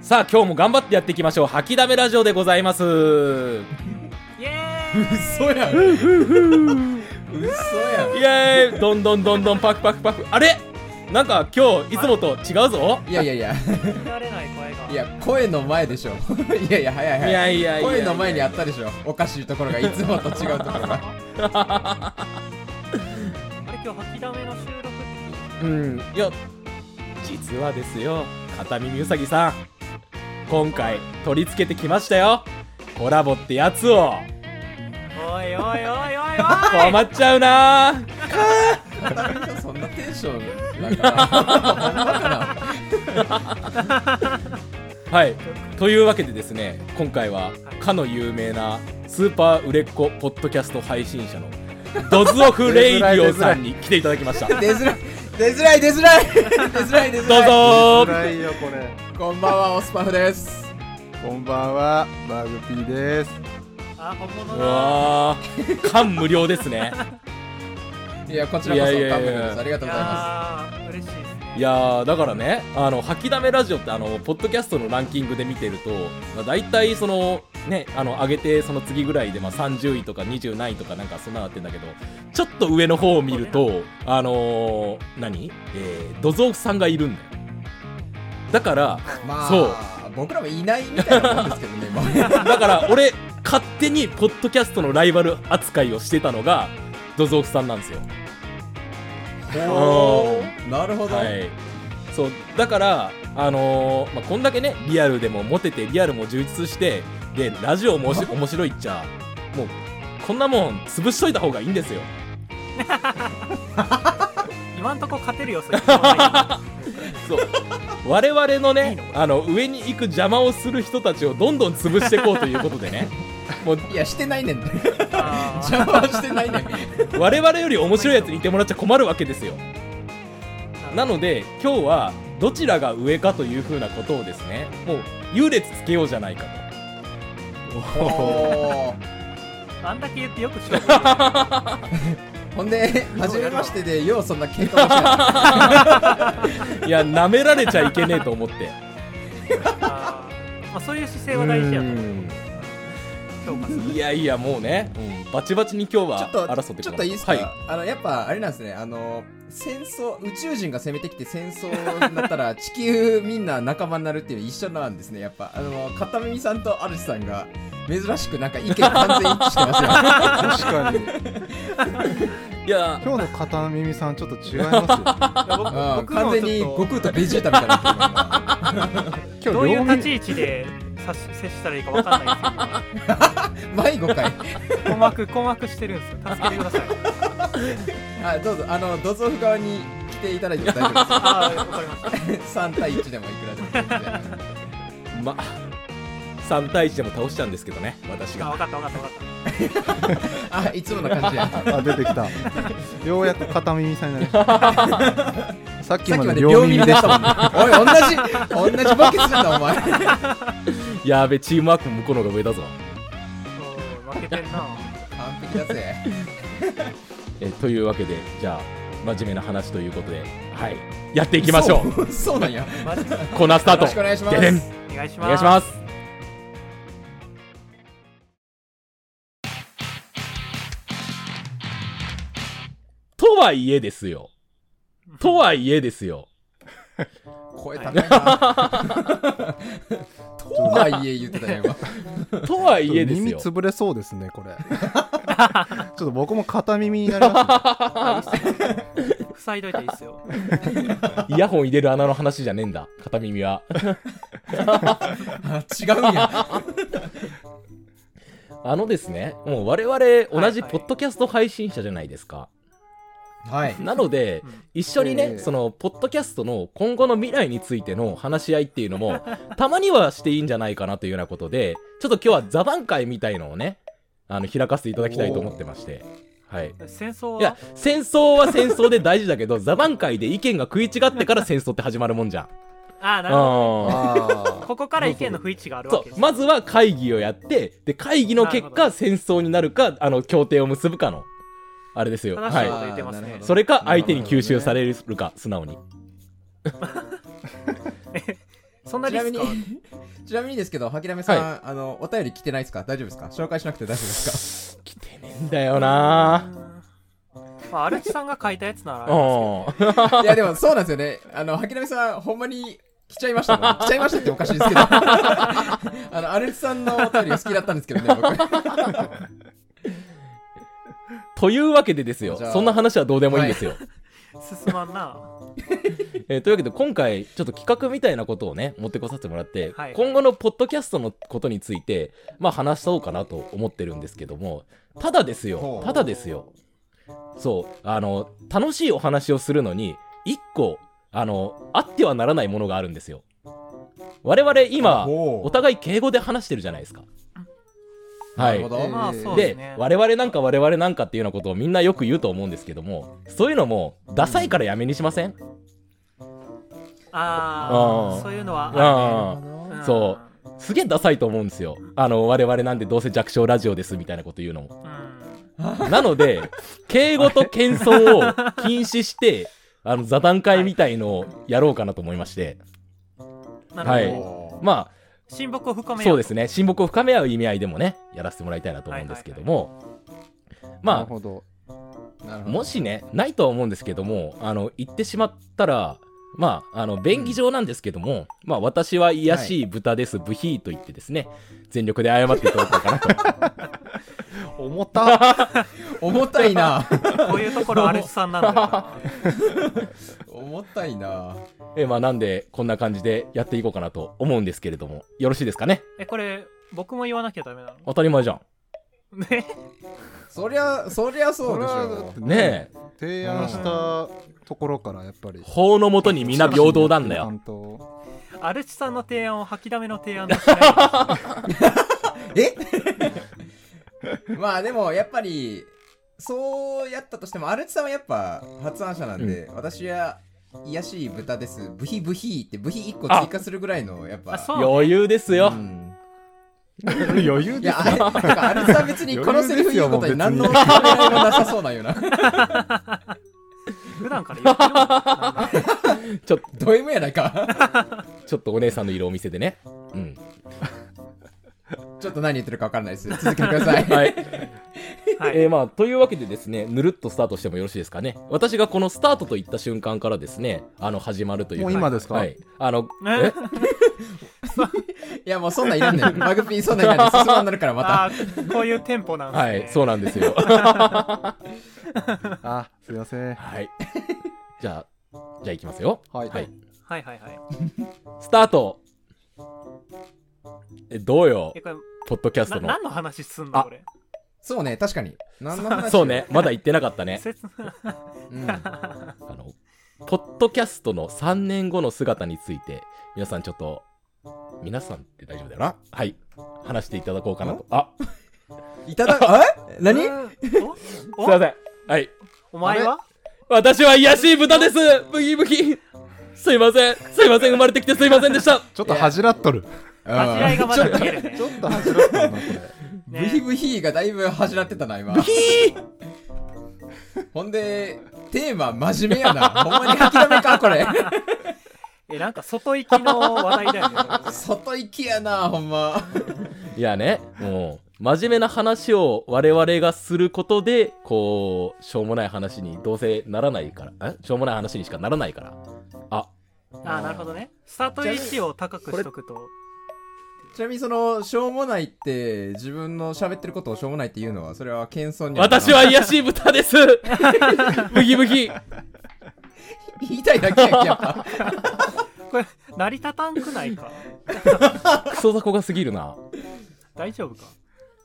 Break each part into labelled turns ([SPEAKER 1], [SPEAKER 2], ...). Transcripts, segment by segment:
[SPEAKER 1] さあ今日も頑張ってやっていきましょう吐きだめラジオでございます
[SPEAKER 2] イエ
[SPEAKER 3] 嘘やん嘘
[SPEAKER 1] イ
[SPEAKER 3] や
[SPEAKER 1] エーイどんどんどんどんパクパクパクあれなんか今日いつもと違うぞ
[SPEAKER 3] んいやいやいや
[SPEAKER 2] ーイ聞かれない声が
[SPEAKER 3] いや声の前でしょ いやいや早い
[SPEAKER 1] い
[SPEAKER 3] 早い
[SPEAKER 1] やいやいや
[SPEAKER 3] 声の前にあったでしょおかしいところがいつもと違うところが
[SPEAKER 2] あれ今日吐きだめの収録って
[SPEAKER 1] うんいや実はですよ片耳うさぎさん今回取り付けてきましたよコラボってやつを
[SPEAKER 2] おいおいおいおいおい
[SPEAKER 1] 困っちゃうなー
[SPEAKER 3] そんなテンションなん かなほんまかな
[SPEAKER 1] はいというわけでですね今回はかの有名なスーパー売れっ子ポッドキャスト配信者のドズオフレイディオさんに来ていただきましたど
[SPEAKER 3] 出づらい出づらい出づらい出づらい出づらいう
[SPEAKER 1] ぞー
[SPEAKER 4] 辛いよこれ
[SPEAKER 3] こんばんはオスパフです
[SPEAKER 4] こんばんはバグピーです
[SPEAKER 2] あ本物
[SPEAKER 1] う
[SPEAKER 2] だ
[SPEAKER 1] わー感無量ですね
[SPEAKER 3] いやこちらこ
[SPEAKER 1] いや
[SPEAKER 3] そ
[SPEAKER 1] いやいや
[SPEAKER 3] カムですありがと
[SPEAKER 2] いう
[SPEAKER 3] ございま
[SPEAKER 2] やー嬉しいですね
[SPEAKER 1] いやーだからねあの吐きだめラジオってあのポッドキャストのランキングで見てると、まあ、大体そのねあの上げてその次ぐらいで、まあ、30位とか20何位とかなんかそんなのあってんだけどちょっと上の方を見るとあのー、何えー、土蔵さんがいるんだよだから
[SPEAKER 3] すまあ
[SPEAKER 1] そう
[SPEAKER 3] 僕らもいないみたいなもんですけどね 今
[SPEAKER 1] だから俺勝手にポッドキャストのライバル扱いをしてたのが土蔵さんなんですよ
[SPEAKER 3] おーなるほど、
[SPEAKER 1] はい、そうだから、あのーまあ、こんだけねリアルでもモテてリアルも充実してでラジオもお し面白いっちゃもうこんなもん潰しといた方がいいんですよ
[SPEAKER 2] 今んとこ勝てるよそれ一番ない
[SPEAKER 1] そう 我々のね
[SPEAKER 2] いいの
[SPEAKER 1] あの上に行く邪魔をする人たちをどんどん潰していこうということで ねもう
[SPEAKER 3] いやしてないねん
[SPEAKER 2] あー
[SPEAKER 3] 邪魔はしてないね ん
[SPEAKER 1] 我々より面白いやつにいてもらっちゃ困るわけですよなので今日はどちらが上かというふうなことをですねもう優劣つけようじゃないかと
[SPEAKER 3] おー
[SPEAKER 2] あんだけ言ってよく勝負してる
[SPEAKER 3] ほんで初めましてでようそんな喧嘩もしない
[SPEAKER 1] いや、舐められちゃいけねえと思って。
[SPEAKER 2] あーまあそういう姿勢は大事やと思う評価する
[SPEAKER 1] いやいや、もうね、うんバチバチに今日
[SPEAKER 3] ちょ
[SPEAKER 1] は
[SPEAKER 3] っと
[SPEAKER 1] 争って
[SPEAKER 3] ちょ
[SPEAKER 1] く
[SPEAKER 3] っと
[SPEAKER 1] だ
[SPEAKER 3] いいですか、
[SPEAKER 1] はい。
[SPEAKER 3] あのやっぱあれなんですねあの戦争宇宙人が攻めてきて戦争になったら地球みんな仲間になるっていうの一緒なんですねやっぱあの片耳さんと主さんが珍しくなんか意見完全一致してますよ
[SPEAKER 4] 確かに
[SPEAKER 1] いや、
[SPEAKER 4] 今日の片耳さんちょっと違いま
[SPEAKER 3] うん
[SPEAKER 2] 僕
[SPEAKER 3] 完全に悟空とベジータみたいになってる今
[SPEAKER 4] すよ
[SPEAKER 2] どういう
[SPEAKER 4] 今
[SPEAKER 2] 立
[SPEAKER 4] 日
[SPEAKER 2] ち位置でさし接したらいいかわかんないで
[SPEAKER 3] 迷子かい
[SPEAKER 2] す けど困惑困惑してるんですよ助けてください
[SPEAKER 3] あどうぞあのドゾフ側に来ていただいても大丈夫です
[SPEAKER 2] ああわかりました
[SPEAKER 3] 3対1でもいくらでも全然
[SPEAKER 1] ま、3対1でも倒しちゃうんですけどね、私
[SPEAKER 2] あ
[SPEAKER 1] が。
[SPEAKER 2] わかったわかったわかった
[SPEAKER 3] あいつもの感じや
[SPEAKER 4] あ出てきたようやく片耳さんになりましたさっき
[SPEAKER 3] さっき
[SPEAKER 4] ま
[SPEAKER 3] ま
[SPEAKER 4] で
[SPEAKER 3] で
[SPEAKER 4] 両
[SPEAKER 3] 両耳
[SPEAKER 4] 耳
[SPEAKER 3] で
[SPEAKER 4] で
[SPEAKER 3] し
[SPEAKER 4] した
[SPEAKER 3] も
[SPEAKER 4] た
[SPEAKER 3] んね。おい、同じ、同じボケすんだ、お前。
[SPEAKER 1] やーべ、チームワークも向こうの方が上だぞ。
[SPEAKER 2] おー負けてん な
[SPEAKER 3] 完璧だぜ。
[SPEAKER 1] えというわけで、じゃあ、真面目な話ということで、はい、やっていきましょう。
[SPEAKER 3] う。そうなんや。
[SPEAKER 2] マジで
[SPEAKER 1] コーナースター
[SPEAKER 3] よ
[SPEAKER 1] ト
[SPEAKER 3] ろし。くお願いします。
[SPEAKER 1] ででん
[SPEAKER 2] お願いし
[SPEAKER 1] お
[SPEAKER 2] ます
[SPEAKER 1] 願いします。とはいえですよ。とはいえですよ。
[SPEAKER 3] 声高いな。とはいえ言ってたよ、今。
[SPEAKER 1] とはいえです
[SPEAKER 4] 耳
[SPEAKER 1] よ。
[SPEAKER 4] 潰れそうですねこれちょっと僕も片耳になりました
[SPEAKER 2] 塞いどいていいっすよ
[SPEAKER 1] イヤホン入れる穴の話じゃねえんだ。片耳は。
[SPEAKER 3] あ違うんや。
[SPEAKER 1] あのですね、もう我々同じポッドキャスト配信者じゃないですか。
[SPEAKER 3] はい。
[SPEAKER 1] なので、
[SPEAKER 2] うん
[SPEAKER 1] 一緒にね、
[SPEAKER 4] ええ
[SPEAKER 1] その、ポッドキャストの今後の未来についての話し合いっていうのも、たまにはしていいんじゃないかなというようなことで、ちょっと今日は座談会みたいのをね、あの、開かせていただきたいと思ってまして。はい。
[SPEAKER 2] 戦争はい
[SPEAKER 1] や、戦争は戦争で大事だけど、座談会で意見が食い違ってから戦争って始まるもんじゃん。
[SPEAKER 2] ああなる
[SPEAKER 1] う
[SPEAKER 2] ほ
[SPEAKER 1] ん。
[SPEAKER 2] ど
[SPEAKER 4] あ
[SPEAKER 2] ここから意見の不一致があるわ
[SPEAKER 1] そ
[SPEAKER 2] けです
[SPEAKER 1] うまずは会議をやってで会議の結
[SPEAKER 2] なるほ
[SPEAKER 1] 果戦争になるかあの協定を結ぶかのあれですよ
[SPEAKER 2] 正しいこ
[SPEAKER 1] は
[SPEAKER 2] と言ってますね
[SPEAKER 3] はい
[SPEAKER 1] それか相手に吸収されるか素直に
[SPEAKER 2] そんな
[SPEAKER 3] ち
[SPEAKER 2] リ
[SPEAKER 3] な
[SPEAKER 2] ス
[SPEAKER 3] みに
[SPEAKER 2] クは、
[SPEAKER 3] ちなみにですけど、はきだめさん、
[SPEAKER 1] は
[SPEAKER 3] あの、お便り来てないですか大丈夫ですか紹介しなくて大丈夫です
[SPEAKER 1] 来てねえんだよな
[SPEAKER 2] まあ、アルチさんが書いたやつならあれ
[SPEAKER 1] うん
[SPEAKER 3] かいや、でもそうなんですよね。あの、はきだめさん、ほんまに来ちゃいまし たもん。来ちゃいましたっておかしいですけど。 あの、アルチさんのお便りが好きだったんですけどね、僕。
[SPEAKER 1] というわけでですよ
[SPEAKER 3] じゃあ
[SPEAKER 1] そんな話はどうでもいいんですよ、
[SPEAKER 2] ですけど進まんな。
[SPEAKER 1] えーというわけで今回ちょっと企画みたいなことをね持ってこさせてもらって、
[SPEAKER 2] はい
[SPEAKER 1] 今後のポッドキャストのことについてまあ話そうかなと思ってるんですけどもただです
[SPEAKER 3] ほ
[SPEAKER 1] よ
[SPEAKER 3] う
[SPEAKER 1] ただですよそうあの楽しいお話をするのに一個あのあってはならないものがあるんですよ我々 今
[SPEAKER 3] お
[SPEAKER 1] お互い敬語で話してるじゃないですかは
[SPEAKER 3] ないるほど。え
[SPEAKER 2] まあそう
[SPEAKER 1] で、
[SPEAKER 2] ね
[SPEAKER 1] 我々なんか我々なんかっていうようなことをみんなよく言うと思うんですけどもそういうのもダサいからやめにしません、
[SPEAKER 2] あ
[SPEAKER 1] う
[SPEAKER 2] あ
[SPEAKER 1] ん、
[SPEAKER 2] そういうのは
[SPEAKER 1] あ
[SPEAKER 2] あ
[SPEAKER 1] あ
[SPEAKER 2] るね、ん
[SPEAKER 1] そすげえダサいと思うんですよあの我々なんでどうせ弱小ラジオですみたいなこと言うのも
[SPEAKER 2] うん。
[SPEAKER 1] なので敬語と謙遜を禁止してあの座談会みたいのをやろうかなと思いまして
[SPEAKER 2] な
[SPEAKER 1] は
[SPEAKER 2] る
[SPEAKER 1] い
[SPEAKER 2] ほど。
[SPEAKER 3] あ、
[SPEAKER 1] ま
[SPEAKER 2] 親睦を深
[SPEAKER 1] あ
[SPEAKER 2] め。
[SPEAKER 1] そうですすね親睦を深め合う意味合いでもねやらせてもらいたいなと思うんですけども、
[SPEAKER 4] な
[SPEAKER 1] ま
[SPEAKER 4] る
[SPEAKER 1] あ
[SPEAKER 4] ほど。
[SPEAKER 3] なるほど
[SPEAKER 1] もしねないとは思うんですけどもあの言ってしまったらまああの便宜上なんですけども、まあ私は癒やしい豚です、ブヒーと言ってですね全力で謝っていただこうかなと
[SPEAKER 4] 重た。
[SPEAKER 3] 重た いな。
[SPEAKER 2] こういうところアルチさんなんだよな。
[SPEAKER 3] 重たいな。
[SPEAKER 1] えまあなんでこんな感じでやっていこうかなと思うんですけれどもよろしいですかね
[SPEAKER 2] え、これ、僕も言わなきゃダメなの
[SPEAKER 1] 当たり前じゃん
[SPEAKER 2] ね。
[SPEAKER 3] そりゃ、そりゃそうでしょ。
[SPEAKER 1] ねえ
[SPEAKER 4] え。提案したところからやっぱり。
[SPEAKER 1] 法のもとに皆平等なんだよ
[SPEAKER 4] 担当。
[SPEAKER 2] アルチさんの提案を吐きだめの提案としない
[SPEAKER 3] え まあでもやっぱりそうやったとしてもアルチさんはやっぱ発案者なんで、私は癒やしい豚ですブヒブヒってブヒ1個追加するぐらいのやっぱ
[SPEAKER 2] あそう
[SPEAKER 1] 余裕ですよ、
[SPEAKER 3] うん
[SPEAKER 4] 余裕
[SPEAKER 3] い
[SPEAKER 4] で
[SPEAKER 3] やあ
[SPEAKER 4] す
[SPEAKER 3] れなんかアルチさん別にこのセリフ言うことに何の問題もなさそうなんよな
[SPEAKER 2] 普段から言ってるもんなんだ
[SPEAKER 1] ちょ
[SPEAKER 3] ド M やないか
[SPEAKER 1] ちょっとお姉さんの色を見せてねうん
[SPEAKER 3] ちょっと何言ってるか分かんないです続けてください
[SPEAKER 1] はい
[SPEAKER 2] はい。
[SPEAKER 1] えーまあ、というわけでですねぬるっとスタートしてもよろしいですかね私がこのスタートと言った瞬間からですねあの始まるという
[SPEAKER 4] もう今ですか
[SPEAKER 1] はいあのえ
[SPEAKER 2] ね
[SPEAKER 3] いやもうそんなんいらんねんマグピーそんなんいらんねん進まんなるからまた
[SPEAKER 2] あーこういうテンポなんです
[SPEAKER 1] は
[SPEAKER 2] ね。
[SPEAKER 1] いそうなんですよ
[SPEAKER 4] あ、すいません。
[SPEAKER 1] はいじゃあじゃあいきますよ
[SPEAKER 4] はい
[SPEAKER 2] はいはいはい。
[SPEAKER 1] スタートえどうよ
[SPEAKER 2] え、これ、
[SPEAKER 1] ポッドキャス
[SPEAKER 2] な
[SPEAKER 1] トの
[SPEAKER 2] 何の話すんのこれ。
[SPEAKER 3] そうね確かに何の 話
[SPEAKER 1] そうねまだ言ってなかったね
[SPEAKER 2] 説明
[SPEAKER 3] うん
[SPEAKER 1] あのポッドキャストの3年後の姿について皆さんちょっと皆さんって大丈夫だよなはい話していただこうかなとあすい
[SPEAKER 3] いただえ何
[SPEAKER 2] お
[SPEAKER 1] ま
[SPEAKER 2] お
[SPEAKER 1] せんはい
[SPEAKER 2] お前は
[SPEAKER 1] 私は癒やしい豚ですブギブギすいませんすいません生まれてきてすいませんでした
[SPEAKER 4] ちょっと恥じらっとる。
[SPEAKER 2] 恥じらいがまだ見えるね
[SPEAKER 4] ち。ょっと恥じらっとるな、これ。
[SPEAKER 3] ブ
[SPEAKER 2] ね
[SPEAKER 3] ヒブヒがだいぶ恥じらってたな、今。ほんで、テーマ真面目やな。ほんまに諦めか、こ れ。
[SPEAKER 2] え、なんか外行きの話題だよ ね。
[SPEAKER 3] 外行きやな、ほんま。
[SPEAKER 1] いやねもう真面目な話を我々がすることでこうしょうもない話にどうせならないからえしょうもない話にしかならないからあ
[SPEAKER 2] あーなるほどね。スタート位置を高くしとくと。
[SPEAKER 3] ちなみにその、しょうもないって、自分の喋ってることをしょうもないっていうのは、それは謙遜に。
[SPEAKER 1] 私は癒やしい豚ですブギブギ
[SPEAKER 3] 言いたいだけやんけや っぱ。
[SPEAKER 2] これ、成り立たんくないか。
[SPEAKER 1] クソ雑魚がすぎるな
[SPEAKER 2] 大丈夫か。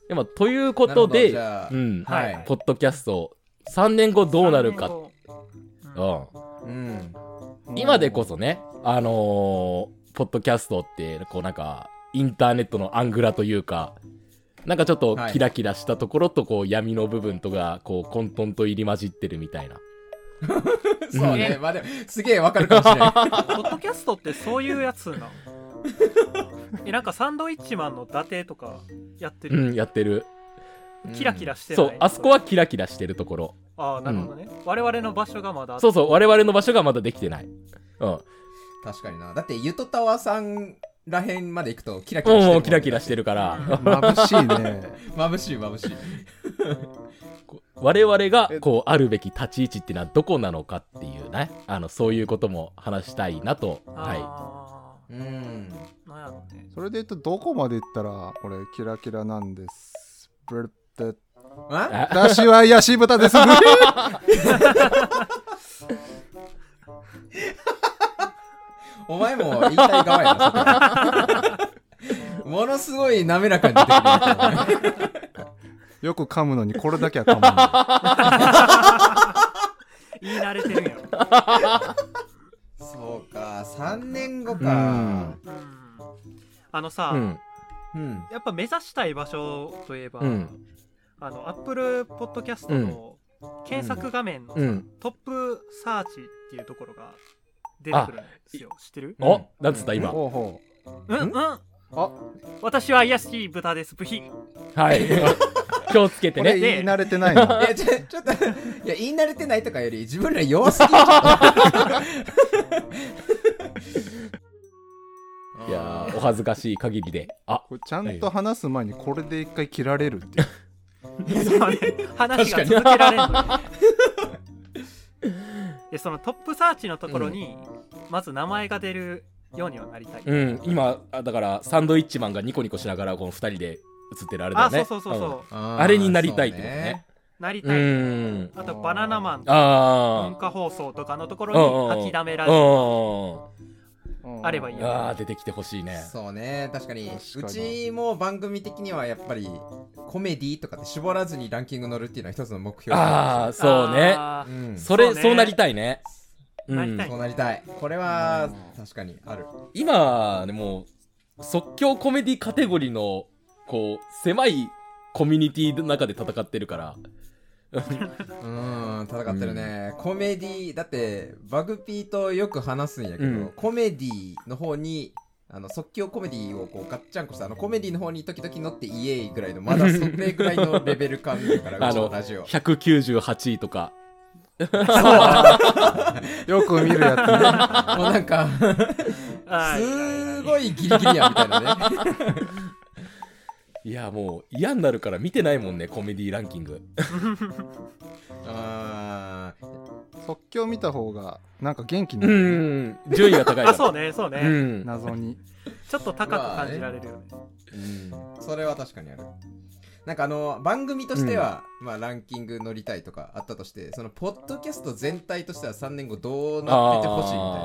[SPEAKER 1] でもということ
[SPEAKER 3] なるほどじ
[SPEAKER 1] で
[SPEAKER 3] ゃあ
[SPEAKER 1] うん
[SPEAKER 3] は
[SPEAKER 2] はい
[SPEAKER 3] い。
[SPEAKER 1] ポッドキャスト3年後どうなる
[SPEAKER 2] 三
[SPEAKER 1] か
[SPEAKER 2] 年後。う
[SPEAKER 1] うんん
[SPEAKER 3] うん。
[SPEAKER 1] 今でこそね、あのーポッドキャストって、こうなんか、インターネットのアングラというか、なんかちょっと
[SPEAKER 3] はい
[SPEAKER 1] キラキラしたところと、こう闇の部分とか、こう混沌と入り混じってるみたいな。
[SPEAKER 3] そうね。まあでも、すげえわかるかもしれない。
[SPEAKER 2] ポッドキャストってそういうやつなのえなんかサンドイッチマンの伊達とかやって
[SPEAKER 1] う
[SPEAKER 2] る、
[SPEAKER 1] ん、やってる。
[SPEAKER 2] キラキラしてない
[SPEAKER 1] そう、あそこはキラキラしてるところ。
[SPEAKER 2] ああなるほどね、我々の場所がまだ
[SPEAKER 1] そうそう、我々の場所がまだできてない。うん。
[SPEAKER 3] 確かにな。だって、ゆとたわさんらへんまで行くとキラキラして
[SPEAKER 1] も
[SPEAKER 3] る
[SPEAKER 1] うキラキラしてるから、
[SPEAKER 4] 眩しいね。
[SPEAKER 3] 眩しい眩しい
[SPEAKER 1] こう我々がこうあるべき立ち位置っていうのはどこなのかっていうねあのそういうことも話したいなと、は
[SPEAKER 2] あ
[SPEAKER 3] うん
[SPEAKER 2] ーなんやろうね
[SPEAKER 4] それで言うと、どこまで行ったら、俺、キラキラなんです。ブルッテ
[SPEAKER 3] あ
[SPEAKER 4] 私はヤシブタ です。
[SPEAKER 3] お前も言いたい側やなそこ ものすごい滑らかに出てくるね
[SPEAKER 4] よく噛むのに、これだけは噛むない。
[SPEAKER 2] 言い慣れてるんやろ、
[SPEAKER 3] そうか3年後か
[SPEAKER 2] うん、あの
[SPEAKER 1] い
[SPEAKER 2] さ、
[SPEAKER 1] うん
[SPEAKER 3] うん
[SPEAKER 2] やっぱ目指したい場所といえば、
[SPEAKER 1] うん
[SPEAKER 2] あの Apple Podcast の検索画面のさ、
[SPEAKER 1] うん
[SPEAKER 2] トップサーチっていうところが出てくるんですよ知ってる
[SPEAKER 1] おなんつった今
[SPEAKER 4] ほうほ
[SPEAKER 2] うんうん
[SPEAKER 4] う。あ、
[SPEAKER 2] 私は癒しい豚です ブヒ
[SPEAKER 1] はい 気をつけて
[SPEAKER 4] これ
[SPEAKER 1] ね
[SPEAKER 4] 言い慣れてないな。
[SPEAKER 3] いやちょちょっといや言い慣れてないとかより自分ら弱 すぎるい
[SPEAKER 1] いやーお恥ずかしい限りであ
[SPEAKER 4] これちゃんと話す前に、これで一回切られるっていう。
[SPEAKER 2] 話が続けられんのよ でそのトップサーチのところに、まず名前が出るようにはなりたい、
[SPEAKER 1] うん今あだからサンドイッチマンがニコニコしながらこの2人で映ってるあれだ
[SPEAKER 2] あ
[SPEAKER 1] よね
[SPEAKER 2] そうそうそうそう、
[SPEAKER 3] あー
[SPEAKER 1] あれになりたいってことね
[SPEAKER 2] なり
[SPEAKER 1] う
[SPEAKER 2] たい、
[SPEAKER 1] ん
[SPEAKER 2] あとバナナマン文
[SPEAKER 1] あ
[SPEAKER 2] 化放送とかのとこ
[SPEAKER 1] あ
[SPEAKER 2] ろに吐きだめ
[SPEAKER 1] あ
[SPEAKER 2] ラ
[SPEAKER 1] う
[SPEAKER 2] ジオ
[SPEAKER 1] ん
[SPEAKER 2] あればいいよ
[SPEAKER 1] あー出てきてほしいね
[SPEAKER 3] そうね確かに
[SPEAKER 4] 確かに
[SPEAKER 3] うちも番組的にはやっぱりコメディとかって絞らずにランキング乗るっていうのは一つの目標
[SPEAKER 1] ああそうね
[SPEAKER 2] あ
[SPEAKER 3] う
[SPEAKER 2] ー
[SPEAKER 3] ん
[SPEAKER 1] それ
[SPEAKER 2] そ
[SPEAKER 1] そうう,、
[SPEAKER 2] ね
[SPEAKER 1] なりたいね、う
[SPEAKER 2] なりたい
[SPEAKER 1] ん、
[SPEAKER 3] そうなりたいこれは確かにある
[SPEAKER 1] 今ねもう即興コメディカテゴリーのこう狭いコミュニティの中で戦ってるから
[SPEAKER 3] うん戦ってるね、コメディだってバグピーとよく話すんやけど、
[SPEAKER 1] うん
[SPEAKER 3] コメディの方にあの即興コメディをこうガッチャンコしたあのコメディの方に時々乗ってイエーイぐらいのまだそれぐらいのレベル感だから
[SPEAKER 1] あ
[SPEAKER 3] うちの
[SPEAKER 1] の
[SPEAKER 3] ラジオ
[SPEAKER 1] 198位とか
[SPEAKER 4] よく見るやつね。
[SPEAKER 3] もうなんか
[SPEAKER 2] はい
[SPEAKER 3] すごいギリギリやみたいなね
[SPEAKER 1] いやもう嫌になるから見てないもんねコメディランキング
[SPEAKER 3] あー
[SPEAKER 4] 即興見た方が、なんか元気に
[SPEAKER 1] う
[SPEAKER 4] なるね。
[SPEAKER 1] ん順位が高い
[SPEAKER 2] あそううねそうね、
[SPEAKER 1] ん
[SPEAKER 4] 謎に。
[SPEAKER 2] ちょっと高く感じられるよね、
[SPEAKER 3] うんそれは確かにあるなんかあの番組としては、まあ、ランキング乗りたいとかあったとしてそのポッドキャスト全体としては3年後どうなっててほしいみた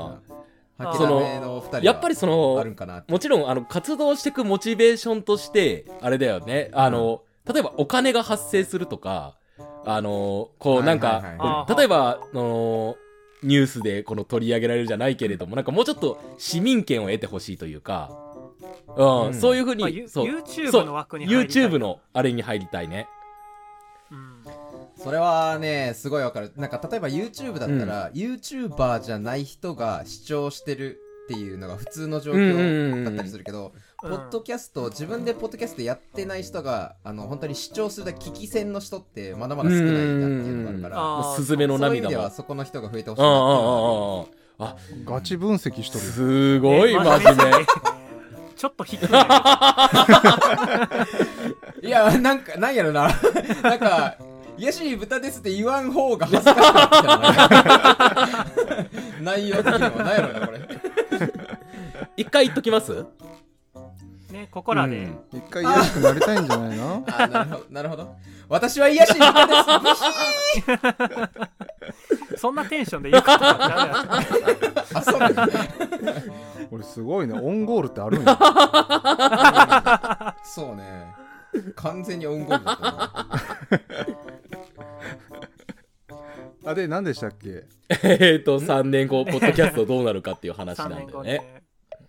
[SPEAKER 2] あー
[SPEAKER 3] いなはきだめのお二人は
[SPEAKER 1] やっぱりそ
[SPEAKER 3] あ
[SPEAKER 1] の
[SPEAKER 3] るんかなって
[SPEAKER 1] もちろんあの活動していくモチベーションとしてあれだよねあの、例えばお金が発生するとかあのこうなんか、
[SPEAKER 3] はいはいはい
[SPEAKER 2] あー
[SPEAKER 1] 例えばあのニュースでこの取り上げられるじゃないけれどもなんかもうちょっと市民権を得てほしいというか、うん
[SPEAKER 3] うん
[SPEAKER 1] そういうふうに、
[SPEAKER 2] まあ、ゆ
[SPEAKER 1] そう
[SPEAKER 2] YouTube の枠に入りたい
[SPEAKER 1] YouTube、のあれに入りたいね。
[SPEAKER 2] うん
[SPEAKER 3] それはねすごいわかるなんか例えば YouTube だったら、YouTuber じゃない人が視聴してるっていうのが普通の状
[SPEAKER 1] うんうんう
[SPEAKER 3] 況
[SPEAKER 1] ん
[SPEAKER 3] だったりするけど、
[SPEAKER 2] うん
[SPEAKER 3] ポッドキャスト自分でポッドキャストやってない人があの本当に視聴するだけ聞き戦の人ってまだまだ少ないなっていうのがあるから、
[SPEAKER 2] うんうんうんあー
[SPEAKER 1] もうスズメの
[SPEAKER 3] そういう意
[SPEAKER 1] 涙
[SPEAKER 3] 味
[SPEAKER 1] も。
[SPEAKER 3] で
[SPEAKER 1] うん
[SPEAKER 3] はそこの人が増えてほしい
[SPEAKER 1] うんうん
[SPEAKER 3] な
[SPEAKER 1] うんうん
[SPEAKER 4] ガチ分析しとる。
[SPEAKER 1] すごい
[SPEAKER 2] ね
[SPEAKER 1] 真面目。
[SPEAKER 2] ちょっと低いね、あ
[SPEAKER 3] っていういやなんかなんやろな なんか「癒やしい豚です」って言わん方が恥ずかしかったな 内容的にはなんやろなこれ
[SPEAKER 1] 一回言っときます
[SPEAKER 2] ね、ここらで、
[SPEAKER 1] うん
[SPEAKER 4] 一回癒やしくなりたいんじゃないの
[SPEAKER 3] あなるほどなるほど私は癒やしい豚です
[SPEAKER 2] そんなテンションで言うことはダメだ
[SPEAKER 3] あそうなんだ
[SPEAKER 4] 俺すごい ね。オンゴールってあるんや。
[SPEAKER 3] そうね完全にオンゴールだったな
[SPEAKER 4] あ、で、何でしたっけ
[SPEAKER 1] えっと、3年後、ポッドキャストどうなるかっていう話な
[SPEAKER 2] 3
[SPEAKER 1] んだ
[SPEAKER 2] 年後
[SPEAKER 1] よ
[SPEAKER 2] に
[SPEAKER 1] ね。
[SPEAKER 2] ね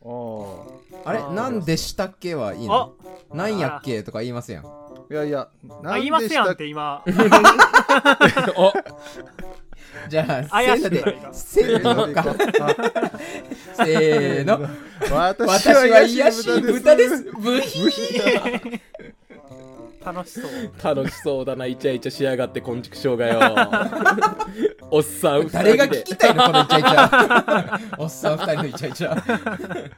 [SPEAKER 4] ああ。
[SPEAKER 3] あれなんでしたっけはいい
[SPEAKER 2] あ
[SPEAKER 3] のなんやっけとか言いますやん
[SPEAKER 4] いやいや、
[SPEAKER 2] あ
[SPEAKER 4] な
[SPEAKER 2] 言いますやんって
[SPEAKER 4] い
[SPEAKER 2] 今
[SPEAKER 1] お
[SPEAKER 3] じゃあ
[SPEAKER 2] 怪し
[SPEAKER 3] せ
[SPEAKER 2] くな
[SPEAKER 3] ーので
[SPEAKER 2] いか
[SPEAKER 3] せーのでか せーの
[SPEAKER 4] 私
[SPEAKER 3] 私
[SPEAKER 4] は
[SPEAKER 3] は
[SPEAKER 4] 癒
[SPEAKER 3] 癒
[SPEAKER 4] や
[SPEAKER 3] やし
[SPEAKER 4] し
[SPEAKER 3] い豚で
[SPEAKER 4] 豚ですす。
[SPEAKER 3] ブヒ
[SPEAKER 2] 楽しそう
[SPEAKER 1] 楽しそうだな、イチャイチャしやがって、昆虫障害よ。おっさん二人で、
[SPEAKER 3] 誰が聞きたいのこのイチャイチャおっさん二人のイチャイチャ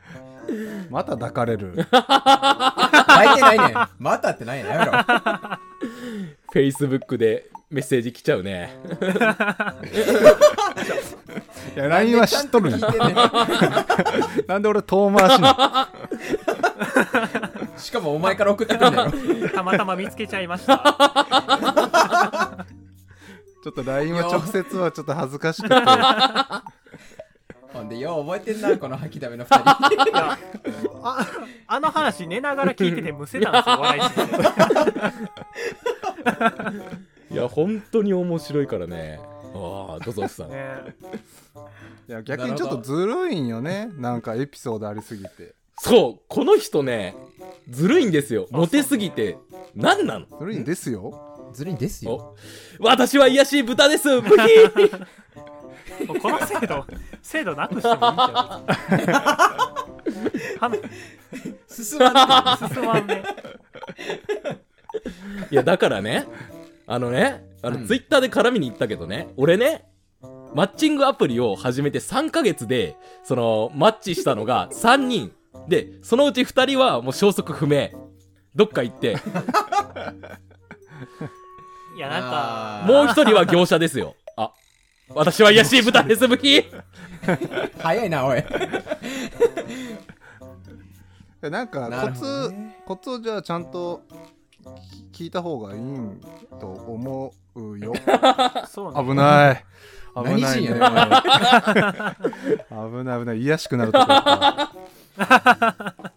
[SPEAKER 4] また抱かれる。
[SPEAKER 3] 泣いてないねんまたってないねんやめろ
[SPEAKER 1] Facebook でメッセージ来ちゃうね。
[SPEAKER 4] いや、LINE は知っとる
[SPEAKER 3] な
[SPEAKER 4] ね
[SPEAKER 3] ん
[SPEAKER 4] ん
[SPEAKER 3] でちゃんと聞いてんねん
[SPEAKER 4] なんで俺遠回 しな
[SPEAKER 3] しかもお前から送ってくんだよ
[SPEAKER 2] たまたま見つけちゃいました。
[SPEAKER 4] ちょっと LINE は直接はちょっと恥ずかしくて。
[SPEAKER 3] ほんでよう覚えてんなこの吐きだめの二人
[SPEAKER 2] いやああの話寝ながら聞いててむせたんですよ、笑いすぎて。
[SPEAKER 1] いや、本当に面白いからね。ああ、どうぞ、奥さん。
[SPEAKER 2] ね
[SPEAKER 4] いや、逆にちょっとずるいんよね。なんかエピソードありすぎて。
[SPEAKER 1] そう、この人ね、ずるいんですよ。モテすぎて。何なの
[SPEAKER 4] ずるいんですよ。
[SPEAKER 3] ずるいんですよ
[SPEAKER 1] お私は癒やし豚ですブヒー
[SPEAKER 2] もうこの制度、制度なくしてもいいんちゃうは
[SPEAKER 3] 進まな
[SPEAKER 2] 進まんね。
[SPEAKER 1] いや、だからね、あのね、あの、
[SPEAKER 3] うん
[SPEAKER 1] ツイッターで絡みに行ったけどね、俺ね、マッチングアプリを始めて3ヶ月で、その、マッチしたのが3人。で、そのうち2人はもう消息不明。どっか行って、
[SPEAKER 2] いや、なんか、
[SPEAKER 1] もう1人は業者ですよ。あ、私は癒やし豚ですブヒー
[SPEAKER 3] い早いなおい
[SPEAKER 4] いやなんか
[SPEAKER 3] なるほ
[SPEAKER 4] コツ、
[SPEAKER 3] どね
[SPEAKER 4] コツをじゃあちゃんとき聞いた方がいいんと思うよ。
[SPEAKER 2] そうね。
[SPEAKER 4] 危ない。危
[SPEAKER 3] 何
[SPEAKER 4] な
[SPEAKER 3] 人
[SPEAKER 4] い、
[SPEAKER 3] や
[SPEAKER 4] ね
[SPEAKER 3] ねん。お前
[SPEAKER 4] 危ない危ない。癒やしくなるとこだった。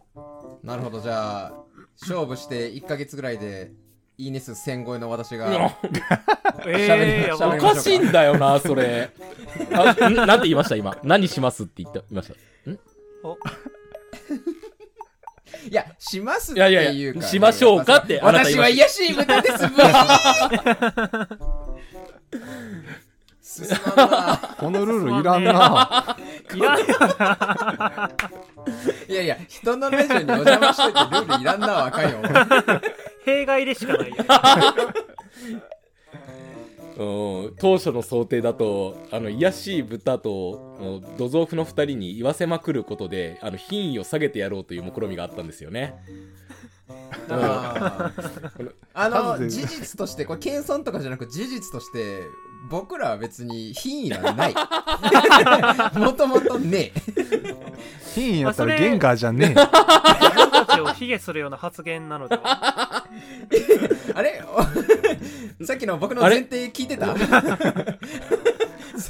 [SPEAKER 3] なるほどじゃあ勝負して1ヶ月ぐらいでいいね数1000超えの私
[SPEAKER 1] うわ
[SPEAKER 3] が
[SPEAKER 2] ええー、や
[SPEAKER 3] 喋
[SPEAKER 1] お
[SPEAKER 3] り
[SPEAKER 2] ば
[SPEAKER 1] かしいんだよな、それ。あんなんて言いました今。何しますって言っていました。
[SPEAKER 3] いやしますっ
[SPEAKER 1] い
[SPEAKER 3] て
[SPEAKER 1] やいや
[SPEAKER 3] い
[SPEAKER 1] いう
[SPEAKER 3] か
[SPEAKER 1] や、
[SPEAKER 3] ら
[SPEAKER 1] しましょうかって、あなた言い
[SPEAKER 3] 私
[SPEAKER 1] ま
[SPEAKER 3] は
[SPEAKER 1] し
[SPEAKER 3] 癒しい豚ですブ ヒー進まんな
[SPEAKER 4] このルールいらんな。
[SPEAKER 2] いらんよ
[SPEAKER 3] いやいや、人のラジオにお邪魔しててルールいらんなわ、赤い よ。
[SPEAKER 2] 弊害でしかないよ。
[SPEAKER 1] うん、当初の想定だとあの癒やしい豚とあの土蔵夫の2人に言わせまくることであの品位を下げてやろうという目論見があったんですよね
[SPEAKER 3] あーあの、
[SPEAKER 4] 数
[SPEAKER 3] 事
[SPEAKER 4] で
[SPEAKER 3] 実として、これ謙遜とかじゃなく事実として、僕らは別に品位 はない。もともとねえ。
[SPEAKER 4] ヒンやった
[SPEAKER 2] まあ
[SPEAKER 4] ら
[SPEAKER 2] それ
[SPEAKER 4] ゲンガーじゃね
[SPEAKER 2] 自分たちを卑下するような発言なのでは。
[SPEAKER 3] あれ おさっきの僕の
[SPEAKER 1] あれ
[SPEAKER 3] 前提聞いてた前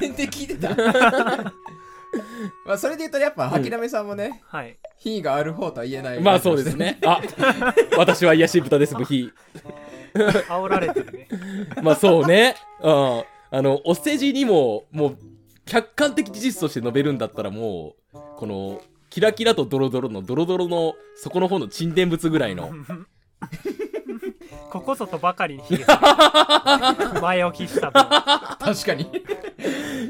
[SPEAKER 3] 提聞いて たまあそれで言うとやっぱ、諦めさんもね、
[SPEAKER 2] はい。
[SPEAKER 3] 品位がある方とは言えない。
[SPEAKER 1] まあそうです。ねあ私は癒やしい豚です部品
[SPEAKER 2] 煽られてるね。
[SPEAKER 1] まあそうねうんあのお世辞にももう客観的事実として述べるんだったらもうこのキラキラとドロドロのドロドロの底の方の沈殿物ぐらいの
[SPEAKER 2] ここぞとばかりに卑下する。前置きした分。
[SPEAKER 3] 確かに。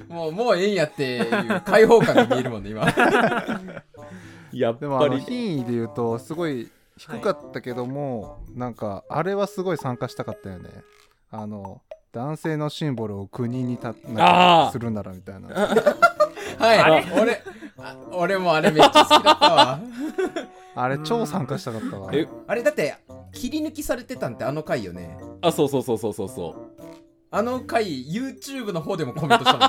[SPEAKER 3] もう、もうええんやっていう解放感が見えるもんね、今。
[SPEAKER 1] やっ
[SPEAKER 4] え。でもあ
[SPEAKER 1] ぱ
[SPEAKER 4] の
[SPEAKER 1] り
[SPEAKER 4] 品位で言うとすごい低かったけども、なんかあれはすごい参加したかったよね。あの男性のシンボルを国にたなん
[SPEAKER 1] あー
[SPEAKER 4] かするならみたいな。
[SPEAKER 2] あ
[SPEAKER 3] はい
[SPEAKER 2] れ、
[SPEAKER 3] 俺、あ俺もあれめっちゃ好きだったわ。
[SPEAKER 4] あれ超参加したかったわ。
[SPEAKER 1] え
[SPEAKER 3] あれだって、切り抜きされてたんってあの回よね。
[SPEAKER 1] あそうそうそうそうそうそう
[SPEAKER 3] あの回、YouTube の方でもコメントした もんだ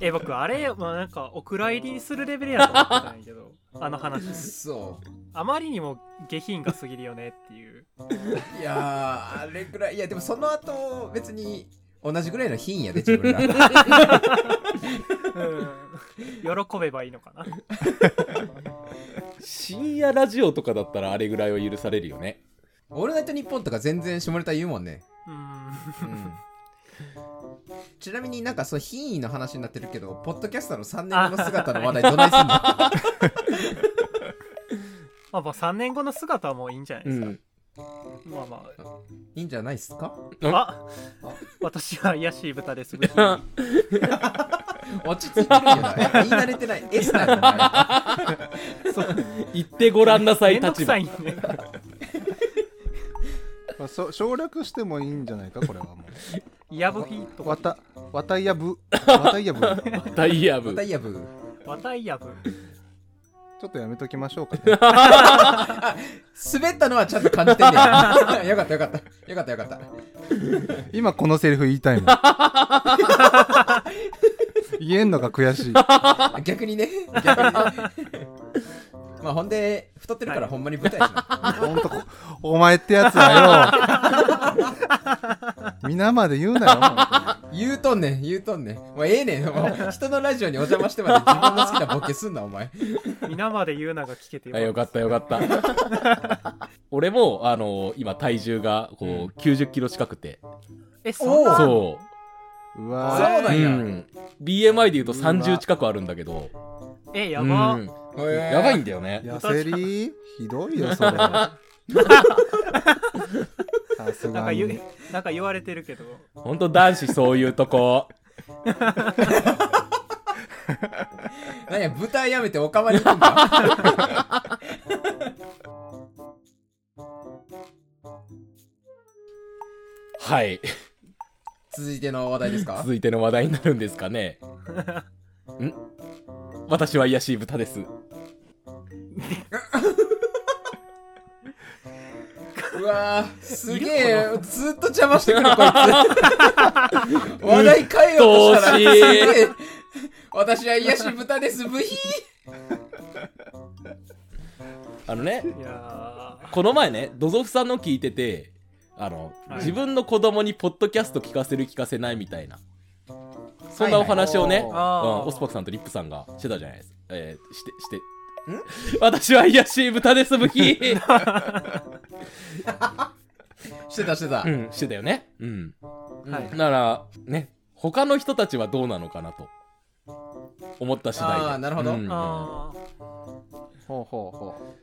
[SPEAKER 2] え、僕、あれ、まあ、なんか、お蔵入りにするレベルやと思ってたんやけど、あの話
[SPEAKER 3] け。ど。そ
[SPEAKER 2] あまりにも下品が過ぎるよねっていう。
[SPEAKER 3] う。いやー、あれくらい、いや、でもその後、別に、同じぐらいの品やで、自分 ら。
[SPEAKER 2] うん。喜べばいいのかな。
[SPEAKER 1] 深夜ラジオとかだったらあれぐらいは許されるよね。
[SPEAKER 3] オールナイトニッポンとか全然下ネタ言うもんね。
[SPEAKER 2] うん。
[SPEAKER 3] うん。ちなみになんかその品位の話になってるけど、ポッドキャスターの3年後の姿の話題どないすんの
[SPEAKER 2] まあまあ、3年後の姿はもういいんじゃないで
[SPEAKER 1] う
[SPEAKER 2] すか。
[SPEAKER 1] ん。
[SPEAKER 2] まあま
[SPEAKER 3] いいんじゃないっすか
[SPEAKER 2] あ。あ私は癒やしい 豚です。
[SPEAKER 3] 落ち着いてるよな。やっ ぱ言い慣れてない。S なんだな。
[SPEAKER 1] 言ってごらんなさ
[SPEAKER 2] め
[SPEAKER 1] い
[SPEAKER 2] んどく
[SPEAKER 1] 立
[SPEAKER 2] さ
[SPEAKER 1] 場
[SPEAKER 2] い。ね。
[SPEAKER 4] まあ、そ省略してもいいんじゃないかこれはもう。
[SPEAKER 2] イヤブヒと
[SPEAKER 4] わ
[SPEAKER 2] か。
[SPEAKER 4] たわたやぶわたやぶ。
[SPEAKER 1] ダイヤ
[SPEAKER 3] ま
[SPEAKER 1] ブ。
[SPEAKER 3] たいやぶ。
[SPEAKER 2] わたいやぶ
[SPEAKER 4] ちょっとやめときましょうかね
[SPEAKER 3] 滑ったのはちゃんと感じてんねや よかったよかったよかったよかった
[SPEAKER 4] 今このセリフ言い たいもん言えんのが悔しい
[SPEAKER 3] 逆にね逆にねまあほんで太ってるからほんまに舞台しな、
[SPEAKER 4] ほんとこお前ってやつはよ皆まで言うなよ本
[SPEAKER 3] 言うとんねん言うとんねんもうええねんもう人のラジオにお邪魔してまで自分の好きなボケすんなお前
[SPEAKER 2] 皆まで言うなが聞けて
[SPEAKER 1] あよ
[SPEAKER 2] よか
[SPEAKER 1] か
[SPEAKER 2] っ
[SPEAKER 1] ったよかった 俺もあの今体重がこう
[SPEAKER 3] うん
[SPEAKER 1] 90キロ近くて
[SPEAKER 2] たえそんなう
[SPEAKER 1] そう
[SPEAKER 4] う
[SPEAKER 3] そう
[SPEAKER 4] わ
[SPEAKER 3] な
[SPEAKER 1] う、うん
[SPEAKER 3] や、
[SPEAKER 1] ん、BMI で言うと30近くあるんだけど
[SPEAKER 2] えや
[SPEAKER 1] う
[SPEAKER 2] ば、
[SPEAKER 1] ん、
[SPEAKER 3] へえ
[SPEAKER 1] やばいんだよね
[SPEAKER 4] 痩せりひどい よそれさす
[SPEAKER 2] なん
[SPEAKER 4] が
[SPEAKER 2] か言
[SPEAKER 4] に
[SPEAKER 2] うなんか言われてるけど
[SPEAKER 1] ほんと男子そういうとこ
[SPEAKER 3] 何や舞台やめておかわり行くんか
[SPEAKER 1] はい
[SPEAKER 3] 続いての話題ですか
[SPEAKER 1] 続いての話題になるんですか ねん私は癒やしい豚です
[SPEAKER 3] うわーすげえずっと邪魔してくるこいつ話題変えようとしたらす
[SPEAKER 1] うっとうしい
[SPEAKER 3] げえ私は癒し豚ですブヒ
[SPEAKER 1] あのね
[SPEAKER 2] いや
[SPEAKER 1] この前ねドゾフさんの聞いててあの、
[SPEAKER 2] はい
[SPEAKER 1] 自分の子供にポッドキャスト聞かせる聞かせないみたいなそんな
[SPEAKER 3] はいはい
[SPEAKER 1] お話をね、
[SPEAKER 4] おー
[SPEAKER 2] あー
[SPEAKER 1] うんオスパクさんとリップさんがしてたじゃないですか、えーしてして私は癒やしい豚ですブ ヒ、
[SPEAKER 3] ーしてたしてた、
[SPEAKER 1] うん、 してたよねうん
[SPEAKER 3] うん
[SPEAKER 2] はい
[SPEAKER 1] ならね他の人たちはどうなのかなと思った次第で
[SPEAKER 3] あーなるほど
[SPEAKER 1] うん
[SPEAKER 2] あー
[SPEAKER 4] ほうほうほ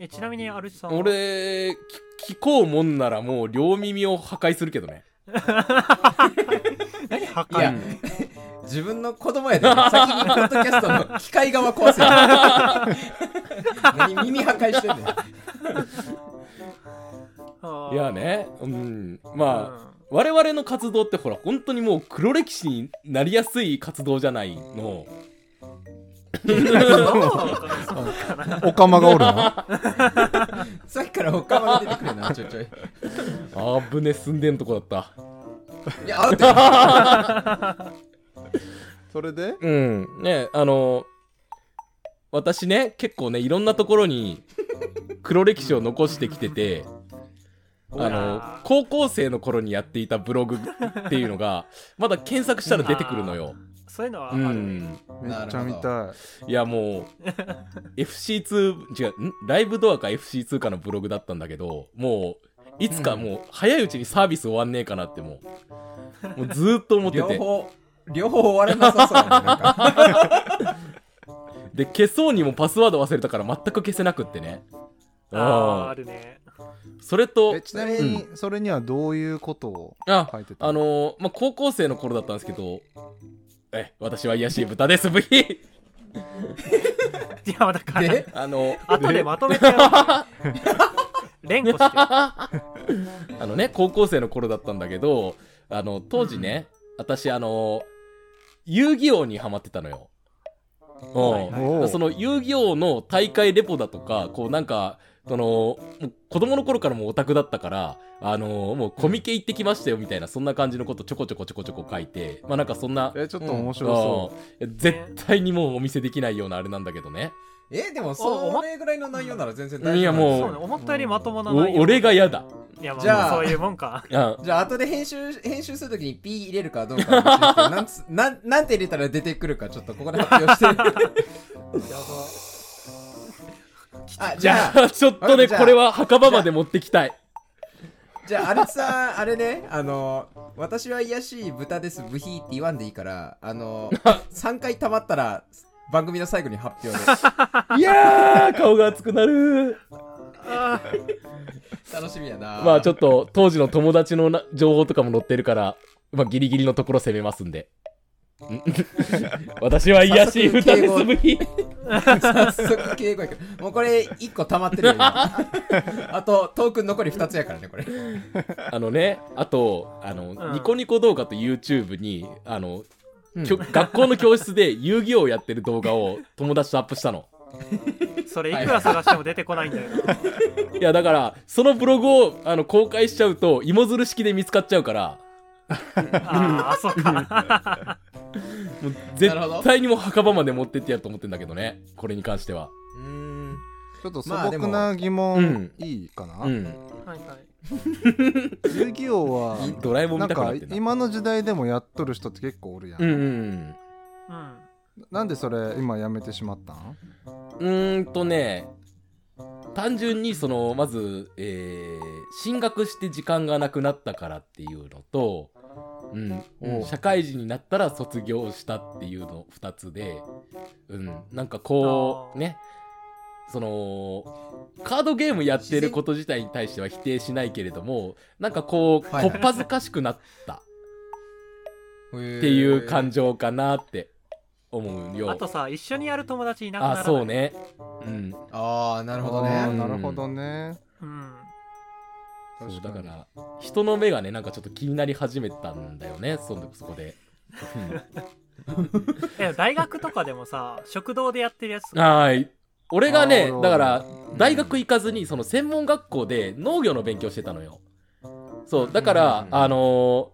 [SPEAKER 2] えちなみにアルチさんは
[SPEAKER 1] 俺き聞こうもんならもう両耳を破壊するけどね
[SPEAKER 2] 何破
[SPEAKER 3] いや
[SPEAKER 2] 壊
[SPEAKER 3] 自分の子供やで先にポッドキャストの機械側壊せよ 何耳破壊してんねん
[SPEAKER 2] あー
[SPEAKER 1] いやねうん
[SPEAKER 2] う
[SPEAKER 1] まあ、
[SPEAKER 2] ん
[SPEAKER 1] 我々の活動ってほら本当にもう黒歴史になりやすい活動じゃないの
[SPEAKER 4] うおかまがおるの
[SPEAKER 3] さっきからおかまが出てくるなちょいちょい
[SPEAKER 1] あぶね住んでんとこだった
[SPEAKER 3] いやあ ったよ
[SPEAKER 4] それで
[SPEAKER 1] うんねあの私ね結構ねいろんなところに黒歴史を残してきててあの高校生の頃にやっていたブログっていうのがまだ検索したら出てくるのよ、
[SPEAKER 2] そういうのはあ
[SPEAKER 1] う
[SPEAKER 2] る、
[SPEAKER 1] ん、
[SPEAKER 4] めっちゃ見た
[SPEAKER 1] いやもう FC2 違うんライブドアか FC2 かのブログだったんだけどもういつかもう早いうちにサービス終わんねえかなってもうもうずーっと思って
[SPEAKER 3] 両
[SPEAKER 1] て
[SPEAKER 3] 方両方終われなさそうやねなん か
[SPEAKER 1] で消そうにもパスワード忘れたから全く消せなくってね
[SPEAKER 2] あー
[SPEAKER 1] あ
[SPEAKER 2] あるね
[SPEAKER 1] ーそれと
[SPEAKER 4] いえちなみにそれにはどういうことを
[SPEAKER 1] あ
[SPEAKER 4] 書いてた
[SPEAKER 1] あのーまあ高校生の頃だったんですけどえ私は癒やしい豚です V
[SPEAKER 2] いやだから
[SPEAKER 3] で
[SPEAKER 1] あの
[SPEAKER 2] 後でまとめてやろう連 呼して
[SPEAKER 1] あのね、高校生の頃だったんだけど、あの、当時ね、私、あの、遊戯王にハマってたのよ。
[SPEAKER 2] はいはい
[SPEAKER 1] うん。その遊戯王の大会レポだとか、こうなんか、その、もう子供の頃からもうオタクだったから、あのもうコミケ行ってきましたよみたいな、そんな感じのことちょこちょこちょこちょこ書いて、まあなんかそんな、
[SPEAKER 4] えちょっと面白そ
[SPEAKER 1] うん絶対にもうお見せできないようなあれなんだけぐらいの
[SPEAKER 3] えでもそれぐらいの内容なら全然大丈夫
[SPEAKER 1] いやもう
[SPEAKER 2] そうね思ったよりまともな
[SPEAKER 1] あれなんだけど
[SPEAKER 2] 内容
[SPEAKER 1] ね。お俺が嫌だ。
[SPEAKER 2] いやまあ
[SPEAKER 3] じゃあ
[SPEAKER 2] そういうもんか
[SPEAKER 1] うん。
[SPEAKER 3] じゃあ後で編集編集するときに P 入れるかどうかは別にしてなんつなんなんて入れたら出てくるかちょっとここで発表して
[SPEAKER 2] やば
[SPEAKER 3] あじ
[SPEAKER 1] じ
[SPEAKER 3] ゃ
[SPEAKER 1] ゃ
[SPEAKER 3] あ
[SPEAKER 1] あ、 ちょっとね、
[SPEAKER 3] じゃあ
[SPEAKER 1] これは墓場まで持ってきたい。
[SPEAKER 3] じゃああれさんあれねあの私は癒やしい豚ですブヒーって言わんでいいからあの3回溜まったら番組の最後に発表で
[SPEAKER 1] いやー、顔が熱くなる。
[SPEAKER 2] あー
[SPEAKER 3] 楽しみやな
[SPEAKER 1] まあちょ
[SPEAKER 3] っ
[SPEAKER 1] っと当時の友達のな情報とかも載ってるから、まあ、ギリギリのところ攻めますんで。ん 私は癒やしい豚ですぶき。
[SPEAKER 3] と早速敬語やけどもうこれ1個溜まってるよ今あとトークン残り2つやからねこれ
[SPEAKER 1] あのね、あと、あの、
[SPEAKER 2] ん
[SPEAKER 1] ニコニコ動画と YouTube に、あの、
[SPEAKER 3] うん
[SPEAKER 1] きょ学校の教室で遊戯王をやってる動画を友達とアップしたの。
[SPEAKER 2] それいくら探しても出てこないんだよな。
[SPEAKER 1] いやだからそのブログをあの公開しちゃうと芋づる式で見つかっちゃうから
[SPEAKER 2] ああ、そうか。
[SPEAKER 1] もう絶
[SPEAKER 3] なるほど
[SPEAKER 1] 対にもう墓場まで持ってってやると思ってんだけどねこれに関しては。
[SPEAKER 3] うーん
[SPEAKER 4] ちょっと素
[SPEAKER 3] まあでも
[SPEAKER 4] 朴な疑問、
[SPEAKER 1] うん
[SPEAKER 4] いいかな、
[SPEAKER 1] うん、
[SPEAKER 2] はいはい。
[SPEAKER 4] 遊戯王は
[SPEAKER 1] ドラえもん
[SPEAKER 4] な
[SPEAKER 1] 見た
[SPEAKER 4] ん
[SPEAKER 1] くな
[SPEAKER 4] か
[SPEAKER 1] ってんな。
[SPEAKER 4] 今の時代でもやっとる人って結構おるやん、
[SPEAKER 1] うんうん
[SPEAKER 2] うん。
[SPEAKER 4] なんでそれ今やめてしまったん
[SPEAKER 1] うん、うーんとね単純にそのまず、えー進学して時間がなくなったからっていうのと、うん
[SPEAKER 3] おう
[SPEAKER 1] 社会人になったら卒業したっていうの2つで、うん、なんかこう
[SPEAKER 2] あー
[SPEAKER 1] ねそのカードゲームやってること自体に対しては否定しないけれどもなんかこう
[SPEAKER 3] はいは
[SPEAKER 1] こ
[SPEAKER 3] い
[SPEAKER 1] っぱずかしくなった
[SPEAKER 3] っ
[SPEAKER 1] っていう感
[SPEAKER 3] じ
[SPEAKER 1] 情かなって思うよ。
[SPEAKER 2] あとさ、一緒にやる友達いなくならない。
[SPEAKER 1] あそう。ね、うん、
[SPEAKER 3] ああなるほど
[SPEAKER 4] あー
[SPEAKER 3] ね
[SPEAKER 4] なるほどね、
[SPEAKER 2] うん。
[SPEAKER 1] そうだ
[SPEAKER 4] 確
[SPEAKER 1] か
[SPEAKER 4] かに
[SPEAKER 1] ら人の目がねなんかちょっと気になり始めたんだよねそんそこで。
[SPEAKER 2] え、大学とかでもさ、食堂でやってるやつ。
[SPEAKER 1] はい俺がね
[SPEAKER 4] あー
[SPEAKER 1] だから大学行かずにその専門学校で農業の勉強してたのよ。そうだから、
[SPEAKER 3] うん
[SPEAKER 1] あの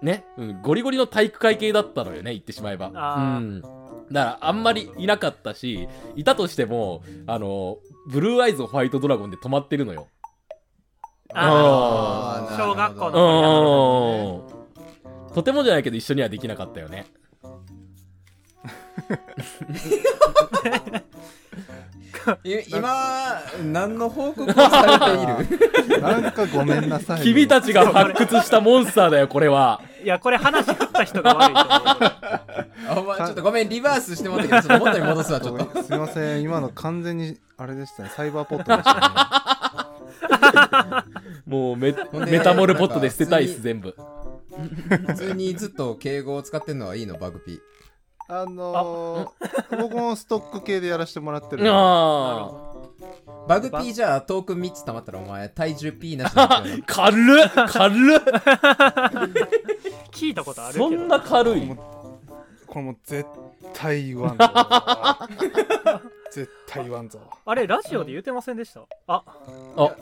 [SPEAKER 1] ーね、うん、ゴリゴリの体育会系だったのよね言ってしまえば。
[SPEAKER 2] あー
[SPEAKER 1] うんだからあんまりいなかったしいたとしてもあのーブルーアイズホワイトドラゴンで止まってるのよ。
[SPEAKER 2] あ
[SPEAKER 3] あー
[SPEAKER 2] の小学校
[SPEAKER 1] う
[SPEAKER 2] の
[SPEAKER 1] ん
[SPEAKER 2] 時だから
[SPEAKER 1] うんとてもじゃないけど一緒にはできなかったよね。
[SPEAKER 3] い今何の報告をさ れている
[SPEAKER 4] なんかごめんなさ い
[SPEAKER 1] 君たちが発掘したモンスターだよこれは。
[SPEAKER 2] いや、これ話振った人が悪いと思う。
[SPEAKER 3] あ、まあ、ちょっとごめんリバースしてもらったけどちょっと元に戻すわちょっと
[SPEAKER 4] ごめんすいません今の完全にあれでし たねサイバーポットでしたね
[SPEAKER 1] もうメ
[SPEAKER 3] ほんで
[SPEAKER 1] メタモルポットで捨てたいっす全部。
[SPEAKER 3] 普通にずっと敬語を使ってんのはいいのバグピー
[SPEAKER 4] あのー、僕もストック系でやらせてもらってる
[SPEAKER 2] なるほ
[SPEAKER 1] ああ。
[SPEAKER 2] ど
[SPEAKER 3] バグピーじゃあトークン3つ溜まったらお前体重 P なしだったよな
[SPEAKER 1] 軽っ軽っ
[SPEAKER 2] 聞いたことあるけど
[SPEAKER 1] そんな軽い
[SPEAKER 4] もうこれもう絶対 言わんぞ絶対言わんぞ
[SPEAKER 2] あれラジオで言うてませんでしたあ
[SPEAKER 1] あ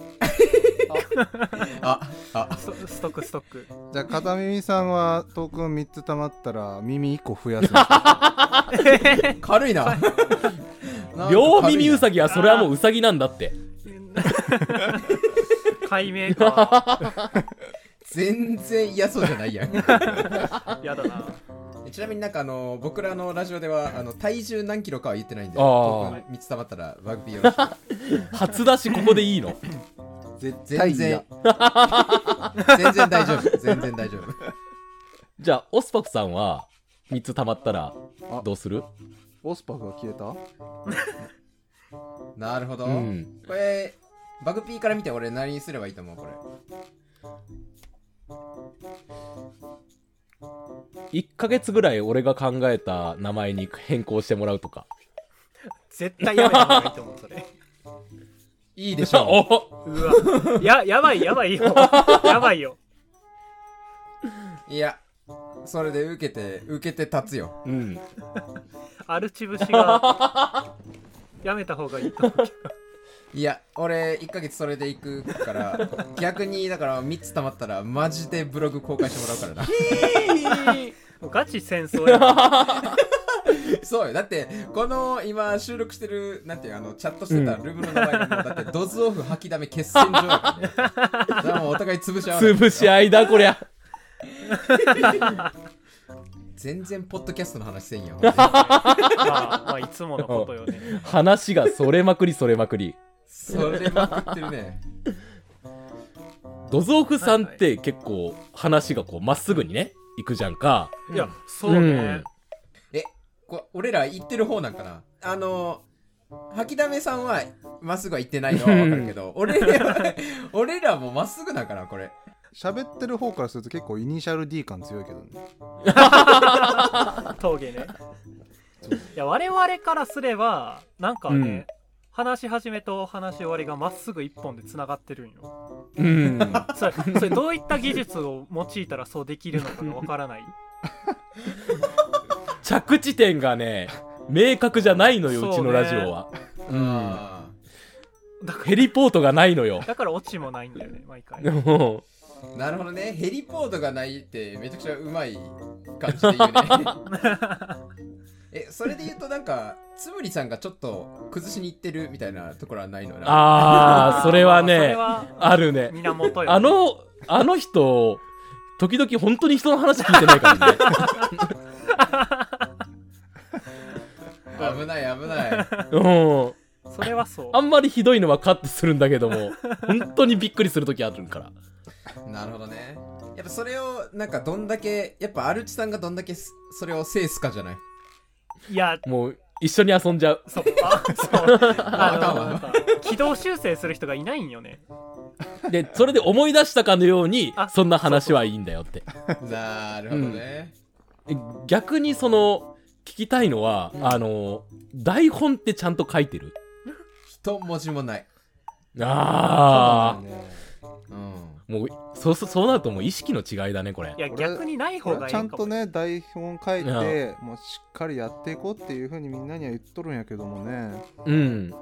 [SPEAKER 3] ああ
[SPEAKER 2] ストストックストック
[SPEAKER 4] じゃあ片耳さんはトークン3つ溜まったら耳1個増やすの
[SPEAKER 3] 軽い な
[SPEAKER 1] 両耳うさ
[SPEAKER 3] ぎ
[SPEAKER 1] ぎはそれはもううさぎなんだって。
[SPEAKER 2] 解明 か
[SPEAKER 3] 全然嫌そうじゃないやん
[SPEAKER 2] やだな
[SPEAKER 3] ちなみになんかあの僕らのラジオではあの体重何キロかは言ってないんで
[SPEAKER 1] あー
[SPEAKER 3] トークン3つ溜まったらバグピーよろしく
[SPEAKER 1] 初出しここでいいの。
[SPEAKER 4] 絶対
[SPEAKER 3] 全
[SPEAKER 4] 嫌
[SPEAKER 3] 然全然大丈夫全然大丈夫
[SPEAKER 1] じゃあオスパクさんは3つ溜まったらどうする
[SPEAKER 4] オスパフが消えた
[SPEAKER 3] なるほど、
[SPEAKER 1] うん。
[SPEAKER 3] これバグピーから見て俺何にすればいいと思うこれ
[SPEAKER 1] 1ヶ月ぐらい俺が考えた名前に変更してもらうとか。
[SPEAKER 2] 絶対やめた方がいいと思うそれ
[SPEAKER 3] いいでしょ
[SPEAKER 2] うわややばいやばい よやばいよ
[SPEAKER 3] ういやそれで受けて受けて立つよ
[SPEAKER 1] おうん。
[SPEAKER 2] アルチブシがやめた方がいいと思うけ
[SPEAKER 3] いや俺1ヶ月それで行く から逆にだから3つ溜まったらマジでブログ公開してもらうからな
[SPEAKER 2] どもうガチ戦 争やな
[SPEAKER 3] そうよだってこの今収録してるなんていうあのチャットしてたルームの名前がもうだってドズオフ吐きだめ決 戦場やからねそれはもうお互い潰し合わない
[SPEAKER 1] 潰し合いだこりゃ。
[SPEAKER 3] 全然ポッドキャストの話せんよ
[SPEAKER 2] まあ、まあ、いつものことよね
[SPEAKER 1] 話がそれまくりそれまくり。
[SPEAKER 3] それまくってる ね
[SPEAKER 1] ドゾーフさんって結構話がこうまっすぐにね、行くじゃんか。
[SPEAKER 2] いやそうね、
[SPEAKER 3] えこ俺ら言ってる方なんかなあの吐きだめさんはまっすぐは言ってないのは分かるけ ど俺ら俺らもまっすぐなんかなこれ
[SPEAKER 4] 喋ってる方からすると結構イニシャル D 感強いけどね
[SPEAKER 2] 峠ねいや我々からすればなんかね、
[SPEAKER 1] うん
[SPEAKER 2] 話し始めと話し終わりがまっすぐ一本でつながってるんよ
[SPEAKER 1] うん。
[SPEAKER 2] それそれどういった技術を用いたらそうできるのかがわからない
[SPEAKER 1] 着地点がね明確じゃないのようちのラジオは、うん
[SPEAKER 3] あ
[SPEAKER 2] だか
[SPEAKER 1] ヘリポートがないのよ
[SPEAKER 2] らだからオチもないんだよね毎回
[SPEAKER 1] も
[SPEAKER 3] ーなるほどねヘリポートがないってめちゃくちゃうまい感じで言うねえそれで言うとなんかつむりさんがちょっと崩しにいってるみたいなところはないのよ
[SPEAKER 1] う
[SPEAKER 3] な
[SPEAKER 1] ああそれは
[SPEAKER 2] それ
[SPEAKER 1] ね
[SPEAKER 2] は
[SPEAKER 1] あるね
[SPEAKER 2] 源よ
[SPEAKER 1] あのあの人時々本当に人の話聞いてないからね
[SPEAKER 3] 危ない危ない
[SPEAKER 1] うん
[SPEAKER 2] それはそう
[SPEAKER 1] あんまりひどいのはカットするんだけども本当にびっくりする時あるから
[SPEAKER 3] なるほどね。やっぱそれを、なんかどんだけ、やっぱアルチさんがどんだけすそれを制すかじゃない
[SPEAKER 2] いや
[SPEAKER 1] もう一緒に遊んじゃう
[SPEAKER 2] そうあそう
[SPEAKER 3] あかん
[SPEAKER 2] あの
[SPEAKER 3] わ
[SPEAKER 2] 軌道修正する人がいないんよね
[SPEAKER 1] でそれで思い出したかのように
[SPEAKER 2] あ
[SPEAKER 1] そんな話はいいんだよって
[SPEAKER 3] なるほどね。
[SPEAKER 1] 逆にその聞きたいのは、
[SPEAKER 3] うん
[SPEAKER 1] あの台本ってちゃんと書いてる
[SPEAKER 3] 一文字もない。
[SPEAKER 1] ああ、
[SPEAKER 3] うん。
[SPEAKER 1] もうそうそうそうなるともう意識の違いだねこれ
[SPEAKER 2] いや
[SPEAKER 4] 俺
[SPEAKER 2] 逆にない方
[SPEAKER 4] 俺
[SPEAKER 2] が
[SPEAKER 4] はい
[SPEAKER 2] い
[SPEAKER 4] ちゃん
[SPEAKER 2] か
[SPEAKER 4] と
[SPEAKER 2] もね
[SPEAKER 4] ね台本書い
[SPEAKER 1] い
[SPEAKER 4] てもうしっかりやっていこうっていうふうにみんなには言っとるんやけどもね
[SPEAKER 1] うん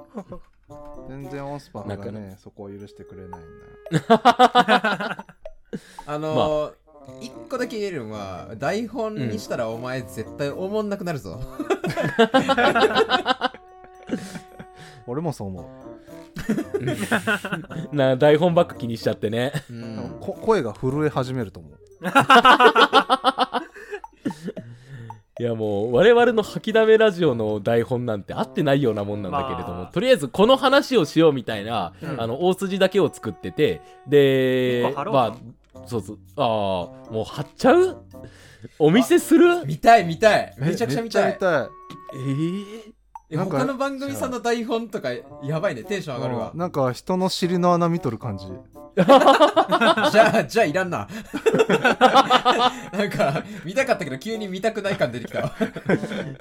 [SPEAKER 4] 全然オンスパフ
[SPEAKER 1] な
[SPEAKER 4] が
[SPEAKER 1] んか
[SPEAKER 4] ねそこを許してくれないんだよ
[SPEAKER 3] あのー、一個だけ言えるのは、台本にしたらお前絶対おもんなくなるぞ。
[SPEAKER 4] 俺もそう思
[SPEAKER 1] な台本ばっか気にしちゃってね
[SPEAKER 3] う
[SPEAKER 4] う、
[SPEAKER 3] ん。
[SPEAKER 4] こ声が震え始めると思う
[SPEAKER 1] いやもう我々の吐きだめラジオの台本なんて合ってないようなもんなんだけれども、
[SPEAKER 2] まあ
[SPEAKER 1] とりあえずこの話をしようみたいな、
[SPEAKER 2] うん
[SPEAKER 1] あの大筋だけを作っててで
[SPEAKER 2] 一個貼ろうか
[SPEAKER 1] まあそうそうああもう貼っちゃうお見せする
[SPEAKER 3] 見たい見たい。めちゃくちゃ見た
[SPEAKER 4] めっ
[SPEAKER 3] い
[SPEAKER 4] ち。ゃ見
[SPEAKER 1] えー、
[SPEAKER 3] え
[SPEAKER 4] なんか
[SPEAKER 3] 他の番組さんの台本とか、やばいね。テンション上がるわ
[SPEAKER 4] うん。なんか人の尻の穴見とる感 じ
[SPEAKER 3] じゃあ、じゃあいらんな。なんか、見たかったけど急に見たくない感出てきたわ。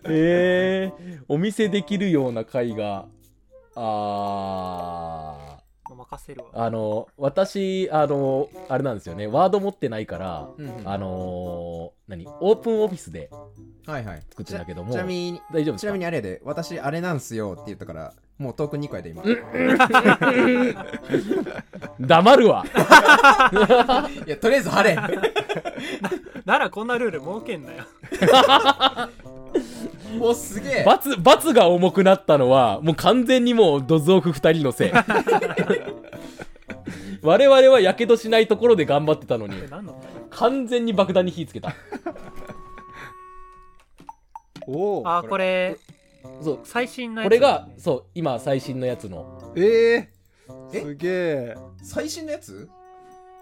[SPEAKER 1] えー、お見せできるような回があ
[SPEAKER 2] 任せる
[SPEAKER 1] ー
[SPEAKER 2] わ
[SPEAKER 1] あの私あのあれなんですよねワード持ってないから、
[SPEAKER 3] うんうん
[SPEAKER 1] あのー何オープンオフィスで
[SPEAKER 3] はいはい。
[SPEAKER 1] 作ってんだけども
[SPEAKER 3] ちなみに、
[SPEAKER 1] 大丈夫ですか
[SPEAKER 3] ちなみにあれやで、私あれなんすよって言ったから、もうトーク2個やで今。
[SPEAKER 1] 黙るわ
[SPEAKER 3] いや、とりあえず晴れ
[SPEAKER 2] ならこんなルール設けんなよ
[SPEAKER 3] お、すげえ
[SPEAKER 1] 罰罰が重くなったのはもう完全にもうドズオフ2人のせい我々はやけどしないところで頑張ってたのに
[SPEAKER 2] これ何の回
[SPEAKER 1] 完全に爆弾に火つけた
[SPEAKER 4] おお
[SPEAKER 2] あーこれ
[SPEAKER 1] そう
[SPEAKER 2] 最新のや
[SPEAKER 1] こ
[SPEAKER 2] つ
[SPEAKER 1] れがそう今最新のやつの、
[SPEAKER 4] えー、
[SPEAKER 3] え
[SPEAKER 4] すげえ
[SPEAKER 3] 最新のやつ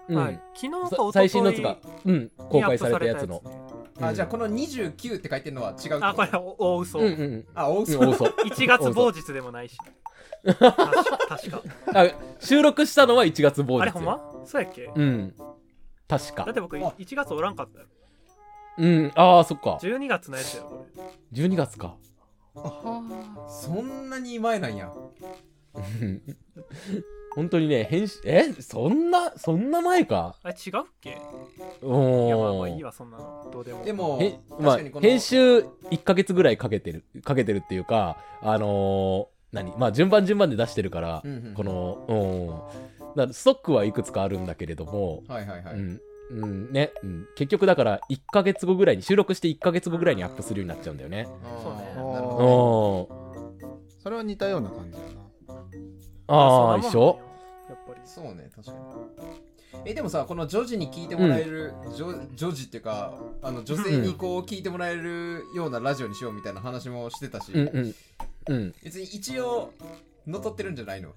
[SPEAKER 1] うん
[SPEAKER 2] はい昨日
[SPEAKER 1] さ
[SPEAKER 2] か
[SPEAKER 1] 最新のやつ
[SPEAKER 2] 一
[SPEAKER 1] が
[SPEAKER 2] 昨、
[SPEAKER 1] うん、公開されたやつの
[SPEAKER 2] にアップされたやつね
[SPEAKER 3] あ、
[SPEAKER 1] うん
[SPEAKER 3] じゃあこの29って書いてるのは違うってと
[SPEAKER 2] あこれお大嘘、
[SPEAKER 1] うんうん
[SPEAKER 3] あ、大
[SPEAKER 1] う
[SPEAKER 3] 嘘
[SPEAKER 1] ん、おそ
[SPEAKER 2] 1月某日でもないし確確か
[SPEAKER 1] あ収録したのは1月某日
[SPEAKER 2] あれほんまそうやっけ
[SPEAKER 1] うん確
[SPEAKER 2] だっ
[SPEAKER 1] か
[SPEAKER 2] て僕
[SPEAKER 3] あ
[SPEAKER 2] 1月おらんかったよ
[SPEAKER 1] うんああそっか
[SPEAKER 2] 12月のやつやこれ
[SPEAKER 1] 12月か
[SPEAKER 3] そんなに前なんや。
[SPEAKER 1] うん本当にね編集えそんなそんな前か
[SPEAKER 2] あれ違うっけいやまあま
[SPEAKER 1] お
[SPEAKER 2] あ
[SPEAKER 1] ー
[SPEAKER 2] いいわそんなのどうでも
[SPEAKER 3] でも
[SPEAKER 1] へ、
[SPEAKER 3] 確
[SPEAKER 1] まあ
[SPEAKER 3] かにこの、
[SPEAKER 1] 編集1ヶ月ぐらいかけてるかけてるっていうかあのー何まあ順番順番で出してるから、
[SPEAKER 3] うんうん
[SPEAKER 1] このうんだからストックはいくつかあるんだけれども、
[SPEAKER 3] はいはいは
[SPEAKER 1] う
[SPEAKER 3] い。
[SPEAKER 1] ん、うん、ね、うん、結局だから1ヶ月後ぐらいに収録して1ヶ月後ぐらいにアップするようになっちゃうんだよね。
[SPEAKER 3] あー
[SPEAKER 2] そうね
[SPEAKER 3] なるほど
[SPEAKER 1] おー
[SPEAKER 4] それは似たような感じだな
[SPEAKER 1] ああ
[SPEAKER 2] そんなもんなんよ
[SPEAKER 1] 一緒
[SPEAKER 2] やっぱり
[SPEAKER 3] そうね、確かに。え、でもさ、この女児に聞いてもらえる、女女児っていうか、あの女性にこう聞いてもらえるようなラジオにしようみたいな話もしてたし、
[SPEAKER 1] うんうんうん
[SPEAKER 3] 別に一応、のとってるんじゃないの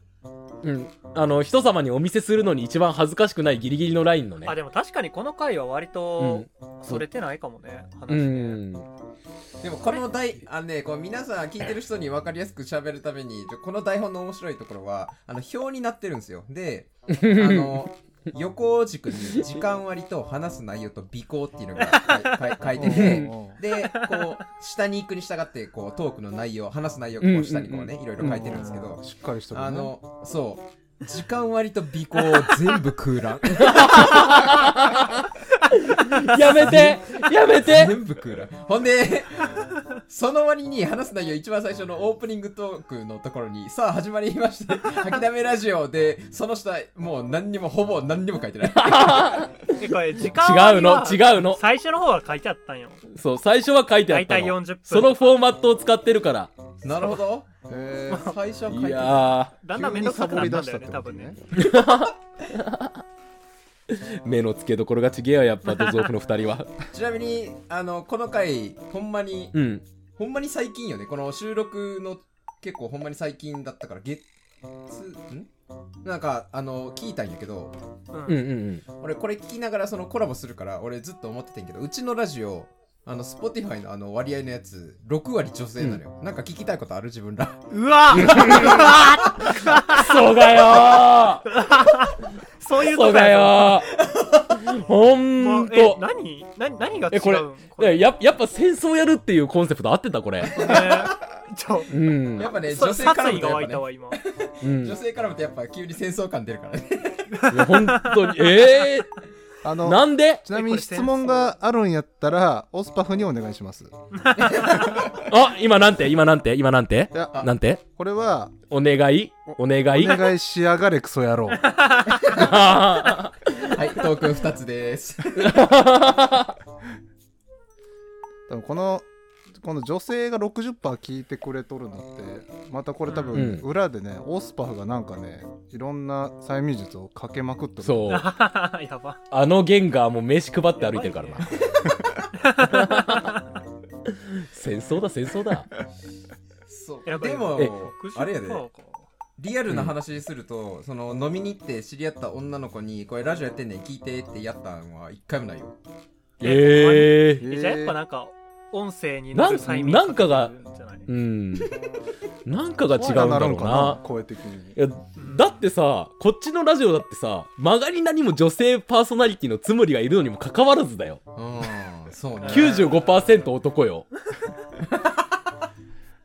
[SPEAKER 1] うんあの人様にお見せするのに一番恥ずかしくないギリギリのラインのね
[SPEAKER 2] あでも確かにこの回は割とそれてないかもね、話
[SPEAKER 1] う
[SPEAKER 2] ね、
[SPEAKER 1] ん
[SPEAKER 3] でもこの台あのねこう皆さん聞いてる人に分かりやすく喋るためにちょこの台本の面白いところはあの表になってるんですよであ の横軸に時間割と話す内容と尾行っていうのがかいかい書いて て
[SPEAKER 4] おうおう
[SPEAKER 3] でこう下に行くに従ってこうトークの内容話す内容をこう下にこうねいろいろ書いてるんですけど
[SPEAKER 4] しっかりしとるね
[SPEAKER 3] あのそう時間割と尾行全部空 欄
[SPEAKER 1] やめてやめて
[SPEAKER 3] 全部空欄ほんでその割に話す内容一番最初のオープニングトークのところにさあ始まりました吐きだめラジオでその下もう何にもほぼ何にも書いて ない
[SPEAKER 2] えこれ時間割
[SPEAKER 1] 違うの
[SPEAKER 2] は
[SPEAKER 1] 違うの
[SPEAKER 2] 最初の方は書いてあったんよ
[SPEAKER 1] そう最初は書いてあっ
[SPEAKER 2] 大
[SPEAKER 1] た
[SPEAKER 2] 体
[SPEAKER 1] の
[SPEAKER 2] 40分
[SPEAKER 1] そのフォーマットを使ってるから
[SPEAKER 3] なるほど
[SPEAKER 4] えー
[SPEAKER 3] 最初は書い
[SPEAKER 1] い
[SPEAKER 3] てない
[SPEAKER 1] や
[SPEAKER 2] だんだんめんどくさくなったんだよね
[SPEAKER 4] 急にサ
[SPEAKER 2] 多
[SPEAKER 4] ボ
[SPEAKER 2] 分
[SPEAKER 4] り出
[SPEAKER 2] ね
[SPEAKER 4] したって
[SPEAKER 1] ー目の付けどころがちげえよやっぱ土蔵夫の2人は
[SPEAKER 3] ちなみにあのこの回ほんまに
[SPEAKER 1] うん
[SPEAKER 3] ほんまに最近よねこの収録の結構ほんまに最近だったから月んなんかあの聞いたんやけど
[SPEAKER 2] うん
[SPEAKER 1] うんうん
[SPEAKER 3] 俺これ聞きながらそのコラボするから俺ずっと思っててんけどうちのラジオあの Spotify のあの割合のやつ6割女性なのよ、なんか聞きたいことある自分ら
[SPEAKER 2] う わ
[SPEAKER 1] クソがよ
[SPEAKER 2] そうい
[SPEAKER 1] ーク
[SPEAKER 2] う
[SPEAKER 1] ソ
[SPEAKER 2] と
[SPEAKER 1] が
[SPEAKER 2] だ
[SPEAKER 1] よーほ
[SPEAKER 2] も
[SPEAKER 1] ん
[SPEAKER 2] うえ
[SPEAKER 1] と
[SPEAKER 2] 何何何が違
[SPEAKER 1] えこれ
[SPEAKER 2] うん
[SPEAKER 1] いやややっぱ戦争やるっていうコンセプト合ってたこれ
[SPEAKER 2] ねちょ
[SPEAKER 1] うん
[SPEAKER 3] やっぱね
[SPEAKER 2] そ
[SPEAKER 3] 女性
[SPEAKER 2] 殺
[SPEAKER 3] 絡む
[SPEAKER 2] 意
[SPEAKER 3] と
[SPEAKER 2] が湧
[SPEAKER 3] や
[SPEAKER 2] い
[SPEAKER 3] ったぱ、ね、
[SPEAKER 2] わ今
[SPEAKER 1] うんい
[SPEAKER 3] 女性絡むとやっぱ急に戦争感出るからね
[SPEAKER 1] や本当にえ
[SPEAKER 4] あ
[SPEAKER 1] ー、
[SPEAKER 4] の
[SPEAKER 1] なんで
[SPEAKER 4] ちなみに質問があるんやったらオスパフにお願いします
[SPEAKER 1] あ今なんて今なんて今なんて
[SPEAKER 4] いや
[SPEAKER 3] あ
[SPEAKER 1] なんて
[SPEAKER 4] これは
[SPEAKER 1] お願いお願
[SPEAKER 4] お
[SPEAKER 1] い
[SPEAKER 4] 願いしやがれクソ野郎
[SPEAKER 3] はいトークン2つです
[SPEAKER 4] 多分このこの女性が60%聞いてくれとるのってまたこれ多分
[SPEAKER 1] うん
[SPEAKER 4] 裏でね、オスパフがなんかねいろんな催眠術をかけまくって る
[SPEAKER 1] そう
[SPEAKER 2] やば
[SPEAKER 1] あのゲンガーも飯配って歩いてるからな
[SPEAKER 2] やば
[SPEAKER 1] 戦争だ戦争だ
[SPEAKER 3] そう
[SPEAKER 2] やっぱり
[SPEAKER 3] でも
[SPEAKER 1] え
[SPEAKER 3] あれやで
[SPEAKER 2] 60%か
[SPEAKER 3] リアルな話すると、その飲みに行って知り合った女の子にこれラジオやってんねん聞いてってやったんは一回もないよ
[SPEAKER 2] え
[SPEAKER 1] ええ
[SPEAKER 2] えじゃあやっぱなんか音声に乗る催眠
[SPEAKER 1] なんなんかが
[SPEAKER 2] かけてるんじゃない
[SPEAKER 1] うんなんかが違うん
[SPEAKER 4] 怖い
[SPEAKER 1] だ
[SPEAKER 4] な
[SPEAKER 1] ろ
[SPEAKER 4] る
[SPEAKER 1] うん
[SPEAKER 4] か
[SPEAKER 1] な
[SPEAKER 4] 声的に
[SPEAKER 1] いやだってさこっちのラジオだってさ曲がりなにも女性パーソナリティのつむりがいるのにもかかわらずだよ
[SPEAKER 3] うんそうね
[SPEAKER 1] 95%男よ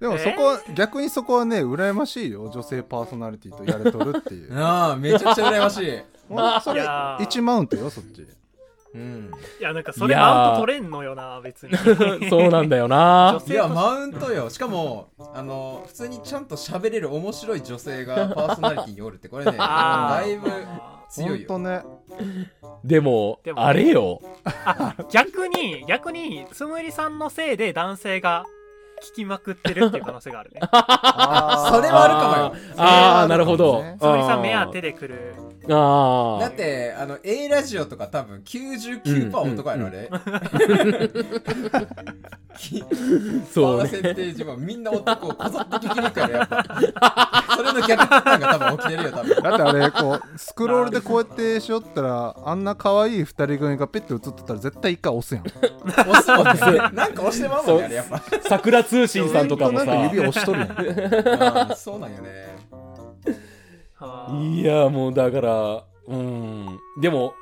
[SPEAKER 4] でもそこは逆にそこはね羨ましいよ女性パーソナリティとやれとるってい う
[SPEAKER 3] ああめちゃくちゃ羨ましい
[SPEAKER 4] もうそれ
[SPEAKER 2] いやー
[SPEAKER 4] 1マウントよそっち
[SPEAKER 3] うん
[SPEAKER 2] いやなんかそれ
[SPEAKER 1] いやー
[SPEAKER 2] マウント取れんのよな別に
[SPEAKER 1] そうなんだよな
[SPEAKER 2] 女性
[SPEAKER 3] いやマウントよしかもあの普通にちゃんと喋れる面白い女性がパーソナリティにおるってこれ ね
[SPEAKER 2] あ
[SPEAKER 3] だいぶ
[SPEAKER 2] あ
[SPEAKER 3] 強い
[SPEAKER 4] ほ
[SPEAKER 3] よ
[SPEAKER 4] んとね
[SPEAKER 1] でも
[SPEAKER 2] でも
[SPEAKER 1] あれよ
[SPEAKER 2] 逆に逆につむりさんのせいで男性が聞きまくってるっていう可能性 があるね
[SPEAKER 4] あー
[SPEAKER 3] それはあるかもよ
[SPEAKER 1] あーあー
[SPEAKER 4] それはあるかもね
[SPEAKER 1] なるほど
[SPEAKER 2] つむりさん目当てで来る
[SPEAKER 1] あ
[SPEAKER 3] だっ
[SPEAKER 1] あ
[SPEAKER 3] てあの A ラジオとか多分99%男やろあれ、き
[SPEAKER 1] そ
[SPEAKER 3] パ
[SPEAKER 1] う
[SPEAKER 3] ー
[SPEAKER 1] ね
[SPEAKER 3] センテージもみんな男をこぞって聞きに行くからやっぱそれの逆パターンが多分起きてるよ多分
[SPEAKER 4] だってあれこ うスクロールでこうやってしよったらあんな可愛い二人組がペッて映ってたら絶対一回押すやん
[SPEAKER 3] 押すもんね なんか押してまうもんねあれやっぱ
[SPEAKER 1] 桜通信さんとかも
[SPEAKER 4] なんか
[SPEAKER 1] さ
[SPEAKER 4] 指押しとるやん
[SPEAKER 3] うんそうなんよね
[SPEAKER 2] あー
[SPEAKER 1] いやもうだからうんでも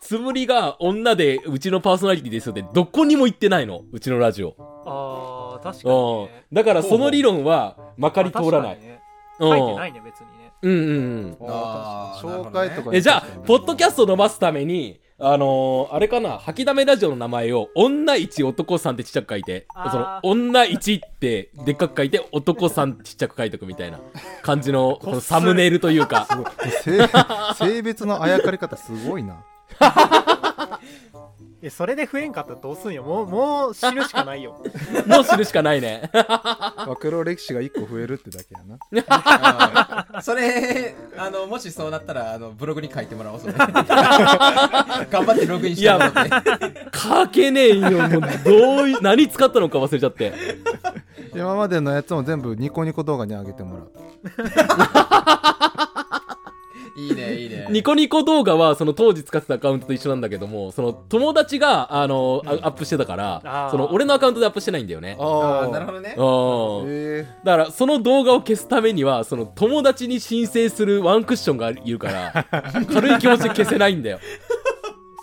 [SPEAKER 1] つむりが女でうちのパーソナリティですよってどこにも行ってないのうちのラジオ
[SPEAKER 2] あー確かに
[SPEAKER 1] うん
[SPEAKER 2] ね
[SPEAKER 1] だからその理論はまかり通らな
[SPEAKER 2] 確か
[SPEAKER 1] い
[SPEAKER 2] にね
[SPEAKER 1] うん
[SPEAKER 2] 書いてないね別にね
[SPEAKER 1] うんうんうん
[SPEAKER 3] あー
[SPEAKER 4] 紹介とか
[SPEAKER 1] えじゃあポッドキャスト伸ばすためにあのーあれかな吐きだめラジオの名前を「女一男さん」ってちっちゃく書いて
[SPEAKER 2] あー
[SPEAKER 1] その「女一ってでっかく書いて「男さん」ってちっちゃく書いとくみたいな感じ のこのサムネイルというか
[SPEAKER 4] すごい性性別のあやかり方すごいな
[SPEAKER 2] えそれで増えんかったらどうすんよもうもう死ぬしかな いよ
[SPEAKER 1] もう知るしかないね
[SPEAKER 4] 暴露歴史が1個増えるってだけやな
[SPEAKER 3] うんそれあのもしそうなったらあのブログに書いてもらお うそれ頑張ってログインしてもらって
[SPEAKER 1] 書けねえよもうどうい 何使ったのか忘れちゃって
[SPEAKER 4] 今までのやつも全部ニコニコ動画に上げてもらう
[SPEAKER 3] いいねいいね
[SPEAKER 1] ニコニコ動画はその当時使ってたアカウントと一緒なんだけどもその友達があのあアップしてたから
[SPEAKER 2] あー
[SPEAKER 1] その俺のアカウントでアップしてないんだよね
[SPEAKER 3] あーなるほどね
[SPEAKER 1] うん
[SPEAKER 4] え
[SPEAKER 1] だからその動画を消すためにはその友達に申請するワンクッションがいるから 軽い気持ちで消せないんだよ
[SPEAKER 4] ー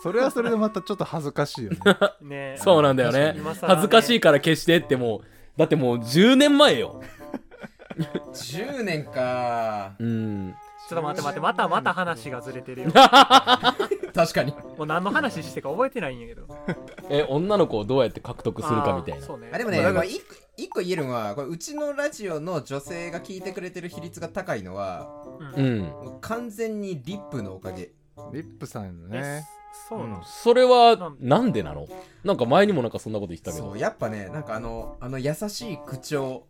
[SPEAKER 4] それはそれでまたちょっと恥ずかしいよね
[SPEAKER 2] ね
[SPEAKER 1] そうなんだよね
[SPEAKER 2] 今更ね
[SPEAKER 1] 恥ずかしいから消してってもうだってもう10年前よ
[SPEAKER 3] 10年か
[SPEAKER 1] うん
[SPEAKER 2] ちょっと待って待ってまたまた話がずれてるよ
[SPEAKER 3] 確かに。
[SPEAKER 2] もう何の話してか覚えてないんやけど
[SPEAKER 1] え女の子をどうやって獲得するかみたい
[SPEAKER 2] あー
[SPEAKER 1] な
[SPEAKER 2] そうね
[SPEAKER 3] あでもね、
[SPEAKER 1] まあだから
[SPEAKER 3] これ一個一個言えるのはこれうちのラジオの女性が聞いてくれてる比率が高いのは
[SPEAKER 2] うん
[SPEAKER 1] うん
[SPEAKER 3] もう完全にリップのおかげ
[SPEAKER 4] リップさん
[SPEAKER 2] え
[SPEAKER 4] ね
[SPEAKER 2] そうなの、
[SPEAKER 4] うん
[SPEAKER 1] それはなんでなのなんか前にもなんかそんなこと言ってたけ
[SPEAKER 3] そ
[SPEAKER 1] ど
[SPEAKER 3] うやっぱねなんかあのあの優しい口調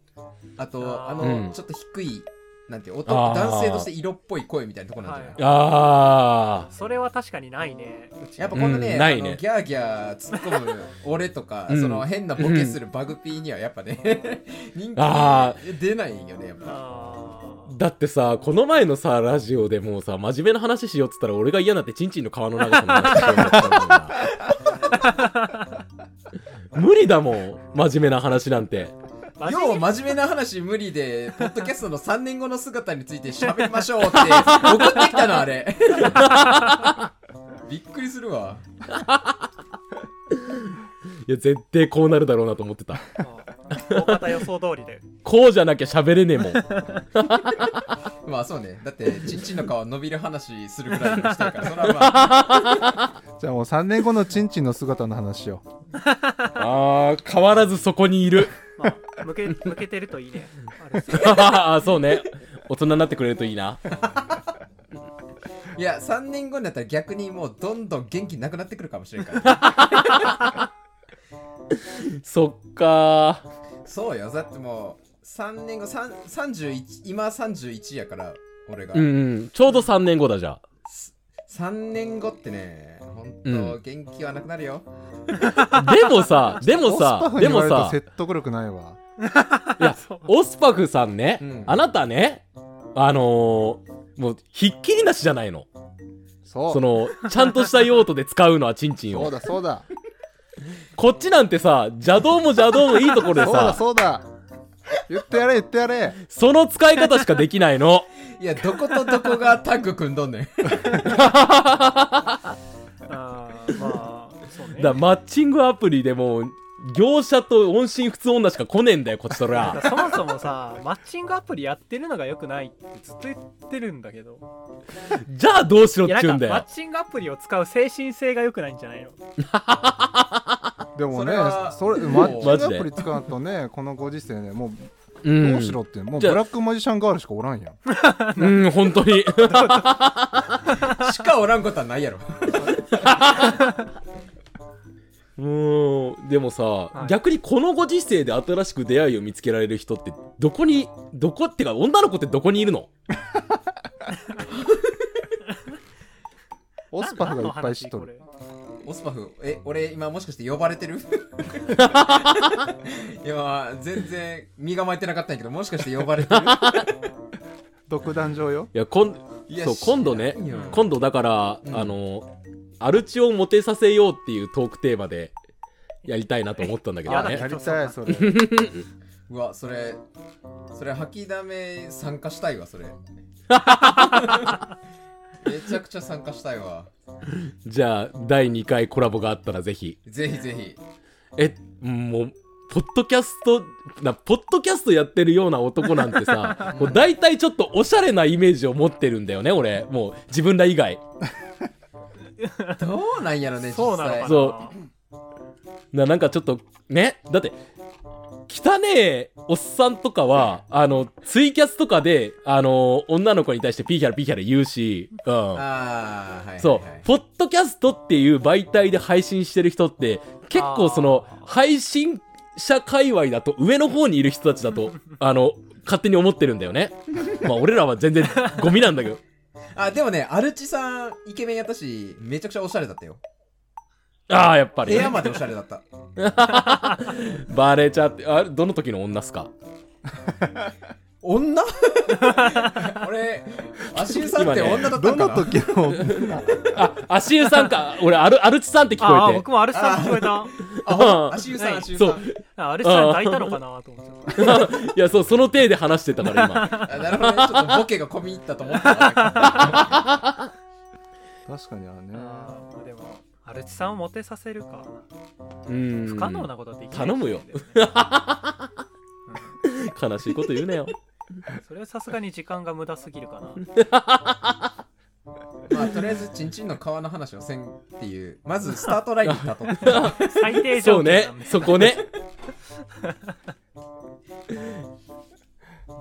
[SPEAKER 3] あと
[SPEAKER 2] あー
[SPEAKER 3] あ
[SPEAKER 1] うん
[SPEAKER 3] のちょっと低いなんていう音
[SPEAKER 1] あー
[SPEAKER 3] 男性として色っぽい声みたいなとこなんじゃない
[SPEAKER 2] はい
[SPEAKER 1] あ
[SPEAKER 2] それは確かにないねうち
[SPEAKER 3] やっぱこのね,、
[SPEAKER 1] うんないね
[SPEAKER 3] あのギャーギャー突っ込む俺とか、
[SPEAKER 1] うん
[SPEAKER 3] その変なボケするバグピーにはやっぱね 人
[SPEAKER 1] あ
[SPEAKER 3] 気出ないよねやっぱ
[SPEAKER 2] あ
[SPEAKER 1] ーだってさこの前のさラジオでもうさ真面目な話しようっつったら俺が嫌になってチンチンの皮の長さの話しようになったもんな 無理だもん真面目な話なんて
[SPEAKER 2] ー
[SPEAKER 3] よう
[SPEAKER 2] マジ
[SPEAKER 3] 真面目な話無理で、ポッドキャストの3年後の姿について喋りましょうって送ってきたの、あれ。びっくりするわ。
[SPEAKER 1] いや絶対こうなるだろうなと思ってた
[SPEAKER 2] うん大方予想通りで
[SPEAKER 1] こうじゃなきゃ喋れねえもん
[SPEAKER 3] まあそうね。だって、ちんちんの皮伸びる話するぐらいにしたいから、それ はまあ、
[SPEAKER 4] じゃあもう3年後のチンチンの姿の話を
[SPEAKER 1] あー変わらずそこにいる
[SPEAKER 2] まあ向け 向けてるといいねあれ
[SPEAKER 1] あーそうね大人になってくれるといいない
[SPEAKER 3] や、3年後になったら逆にもうどんどん元気なくなってくるかもしれんから。
[SPEAKER 1] そっかー
[SPEAKER 3] そうよ。だってもう、3年後、三31、今31やから、俺が。
[SPEAKER 1] うんうんちょうど3年後だじゃあ
[SPEAKER 3] 3年後ってね、ほん
[SPEAKER 1] う
[SPEAKER 3] と元気はなくなるよ。
[SPEAKER 1] でもさ、でも
[SPEAKER 4] オスパ
[SPEAKER 1] さ
[SPEAKER 4] フ、に
[SPEAKER 1] で
[SPEAKER 4] 言
[SPEAKER 1] も
[SPEAKER 4] われると
[SPEAKER 1] さ、
[SPEAKER 4] 説得力ないわ
[SPEAKER 1] いや、オスパフさんね、
[SPEAKER 3] うん
[SPEAKER 1] あなたね、あのーもう、ひっきりなしじゃないの。
[SPEAKER 4] そう
[SPEAKER 1] その、ちゃんとした用途で使うのはチンチン
[SPEAKER 4] そう
[SPEAKER 1] を。
[SPEAKER 4] だそうだ
[SPEAKER 1] こっちなんてさ、邪道も邪道もいいところで
[SPEAKER 4] そうだ
[SPEAKER 1] さ、そ
[SPEAKER 4] そうだ言ってやれ言ってやれ
[SPEAKER 1] の使い方しかできないの。
[SPEAKER 3] いや、どことどこがタッグ組んどん ねん。
[SPEAKER 2] あーまあそうね
[SPEAKER 1] だからマッチングアプリでもう、業者と音信不通女しか来ねえんだよ、こっちと
[SPEAKER 2] だ
[SPEAKER 1] ら。
[SPEAKER 2] からそもそもさマッチングアプリやってるのが良くないってずっと言ってるんだけど
[SPEAKER 1] じゃあどうしろっ
[SPEAKER 2] いや
[SPEAKER 1] ちゅう
[SPEAKER 2] なん
[SPEAKER 1] ん
[SPEAKER 2] か
[SPEAKER 1] だ
[SPEAKER 2] マ
[SPEAKER 1] よ
[SPEAKER 2] ッ。チングアプリを使う精神性が良くないんじゃないの
[SPEAKER 4] でも
[SPEAKER 3] そ
[SPEAKER 4] ね
[SPEAKER 3] れは
[SPEAKER 4] それ
[SPEAKER 3] も
[SPEAKER 4] マ
[SPEAKER 3] う
[SPEAKER 4] ッチングアプリ使うとねこのご時世ねもう
[SPEAKER 1] う
[SPEAKER 4] どうんしろって、もう
[SPEAKER 1] じ
[SPEAKER 4] ブ
[SPEAKER 1] ゃあ
[SPEAKER 4] ラックマジシャンガールしかおらんやん
[SPEAKER 1] うん、本当に。
[SPEAKER 3] しかおらんことはないやろ。
[SPEAKER 1] うーんでもさ、
[SPEAKER 2] い
[SPEAKER 1] 逆にこのご時世で新しく出会いを見つけられる人ってどこにどこってか女の子ってどこにいるの
[SPEAKER 4] オスパフがいっぱい知っとる
[SPEAKER 2] 何の話
[SPEAKER 3] オスパフ、え、俺今もしかして呼ばれて る 今、全然身構えてなかったんやけど、もしかして呼ばれてる
[SPEAKER 4] 独壇場よ
[SPEAKER 1] いやこん
[SPEAKER 3] いや
[SPEAKER 1] そう
[SPEAKER 3] 知らん
[SPEAKER 1] 今度ね
[SPEAKER 3] よ
[SPEAKER 1] 今度だから、
[SPEAKER 3] うん
[SPEAKER 1] あのアルチをモテさせようっていうトークテーマでやりたいなと思ったんだけど
[SPEAKER 2] あ
[SPEAKER 1] ね
[SPEAKER 4] や
[SPEAKER 2] や
[SPEAKER 4] り
[SPEAKER 2] り
[SPEAKER 4] た
[SPEAKER 2] た
[SPEAKER 4] い
[SPEAKER 2] い
[SPEAKER 4] そ れ
[SPEAKER 3] うわ、それ、それ吐きだめ参加したいわ、それ。めちゃくちゃ参加したいわ。
[SPEAKER 1] じゃあ第2回コラボがあったらぜひ
[SPEAKER 3] ぜひぜひ。
[SPEAKER 1] えもうポッドキャストなポッドキャストやってるような男なんて さもう大体ちょっとおしゃれなイメージを持ってるんだよね俺もう自分ら以外
[SPEAKER 3] どうなんやろね、実
[SPEAKER 2] そ
[SPEAKER 3] 際。
[SPEAKER 2] うなのかな
[SPEAKER 1] そうななんかちょっとねだって汚ねえおっさんとかはあのツイキャスとかであの女の子に対してピーヒャラピーヒャラ言うし、うん、
[SPEAKER 3] あー、はいはい、はい。
[SPEAKER 1] そうポッドキャストっていう媒体で配信してる人って結構その
[SPEAKER 2] あー
[SPEAKER 1] 配信者界隈だと上の方にいる人たちだと あの勝手に思ってるんだよねまあ俺らは全然ゴミなんだけど
[SPEAKER 3] あ、でもね、アルチさん、イケメンやったし、めちゃくちゃおしゃれだったよ。
[SPEAKER 1] ああやっぱ
[SPEAKER 3] 部
[SPEAKER 1] り、
[SPEAKER 3] 屋までおしゃれだった。
[SPEAKER 1] バレちゃってあれどの時の女っすか
[SPEAKER 3] 女俺、足湯さんって女だった
[SPEAKER 4] ど
[SPEAKER 3] んか
[SPEAKER 4] の
[SPEAKER 3] な、
[SPEAKER 4] 時も
[SPEAKER 1] あ足湯さんか俺アルアルチさんって聞こえて
[SPEAKER 2] ああ僕もアルスさん聞こえた
[SPEAKER 3] あほんと
[SPEAKER 1] うん
[SPEAKER 3] 足湯さ、
[SPEAKER 2] なんい
[SPEAKER 3] 足湯さ。
[SPEAKER 1] そうん
[SPEAKER 2] あアルスさん抱いたのかなと思ってた
[SPEAKER 1] いや、そう、その体で話してたから、今。
[SPEAKER 3] あなるほどね、ちょっとボケが込み入ったと思ったわ。
[SPEAKER 4] 確かにあれね
[SPEAKER 2] あーでもアルチさんをモテさせるか
[SPEAKER 1] うん。
[SPEAKER 2] 不可能なことはできない
[SPEAKER 1] 頼むよ悲しいこと言うなよ。
[SPEAKER 2] それはさすがに時間が無駄すぎるかな
[SPEAKER 3] まあとりあえずチンチンの皮の話をせんっていうまずスタートラインに立とう
[SPEAKER 2] 最低
[SPEAKER 1] そ
[SPEAKER 2] 条
[SPEAKER 1] う
[SPEAKER 2] 件
[SPEAKER 1] ね
[SPEAKER 2] なんで
[SPEAKER 1] そこね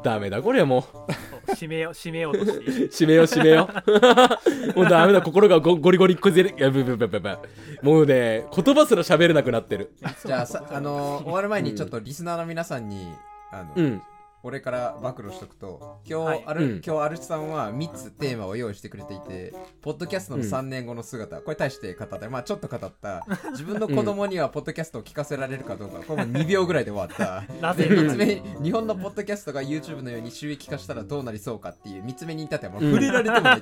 [SPEAKER 1] ダメだこれはも
[SPEAKER 2] そう締めよう締めようとして いう
[SPEAKER 1] 締めよう締めようもうダメだ心がゴゴリゴリこじれいやブブブブブもうね言葉すら喋れなくなってる
[SPEAKER 3] じゃあさあの終わる前にちょっとリスナーの皆さんにあの、
[SPEAKER 1] うん
[SPEAKER 3] 俺から暴露しとくと今日、
[SPEAKER 2] はい
[SPEAKER 3] ある
[SPEAKER 1] うん
[SPEAKER 3] 今日アルチさんは3つテーマを用意してくれていてポッドキャストの3年後の姿、これ対して語ったまあちょっと語った自分の子供にはポッドキャストを聞かせられるかどうかこれも2秒ぐらいで終わった
[SPEAKER 2] なぜ
[SPEAKER 3] で
[SPEAKER 2] な
[SPEAKER 3] 3
[SPEAKER 2] ら
[SPEAKER 3] つ目日本のポッドキャストが YouTube のように収益化したらどうなりそうかっていう3つ目に至ってはもう触れられてもないっ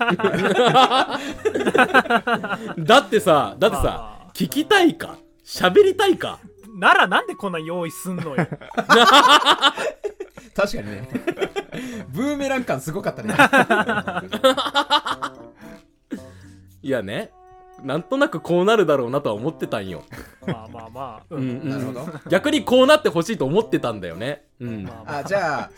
[SPEAKER 3] ていう、
[SPEAKER 1] だってさだってさ
[SPEAKER 2] まあ
[SPEAKER 1] 聞きたいか喋りたいか
[SPEAKER 2] ならなんでこんな用意すんのよ
[SPEAKER 3] 確かにね ブーメラン感すごかった ね
[SPEAKER 1] いやねなんとなくこうなるだろうなとは思ってたんよ、
[SPEAKER 2] まあまあまあ、う
[SPEAKER 1] うんんうん、
[SPEAKER 3] なるほど
[SPEAKER 1] 逆にこうなってほしいと思ってたんだよねうん
[SPEAKER 2] まあまあ
[SPEAKER 3] あじゃあ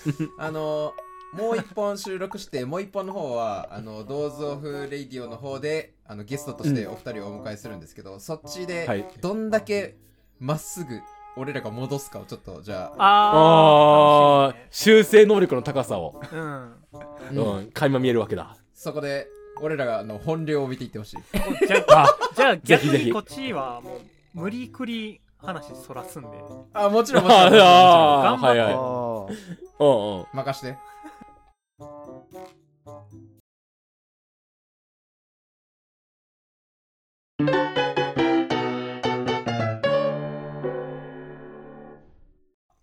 [SPEAKER 3] あのもう一本収録してもう一本の方はあの銅像風レイディオの方であのゲストとしてお二人をお迎えするんですけど、そっち
[SPEAKER 1] はい
[SPEAKER 3] でどんだけまっすぐ俺らが戻すかをちょっとじゃあ
[SPEAKER 2] あ
[SPEAKER 1] あ
[SPEAKER 2] ー
[SPEAKER 1] ー修正能力の高さを、
[SPEAKER 2] 楽しみね
[SPEAKER 1] うん垣間見えるわけだ
[SPEAKER 3] そこで俺らがあの本領を帯びていってほしい
[SPEAKER 2] うんもうじゃあ
[SPEAKER 1] あ
[SPEAKER 2] じゃあ
[SPEAKER 1] ぜ
[SPEAKER 2] 逆
[SPEAKER 1] ひぜひ
[SPEAKER 2] にこっちはもう無理くり話そらすんで
[SPEAKER 3] あもちろんもちろんもちろんもちろん
[SPEAKER 1] あー
[SPEAKER 2] 頑張っ
[SPEAKER 1] は
[SPEAKER 2] て
[SPEAKER 1] い
[SPEAKER 4] あ
[SPEAKER 1] は
[SPEAKER 4] ー
[SPEAKER 1] いうんうん
[SPEAKER 3] 任して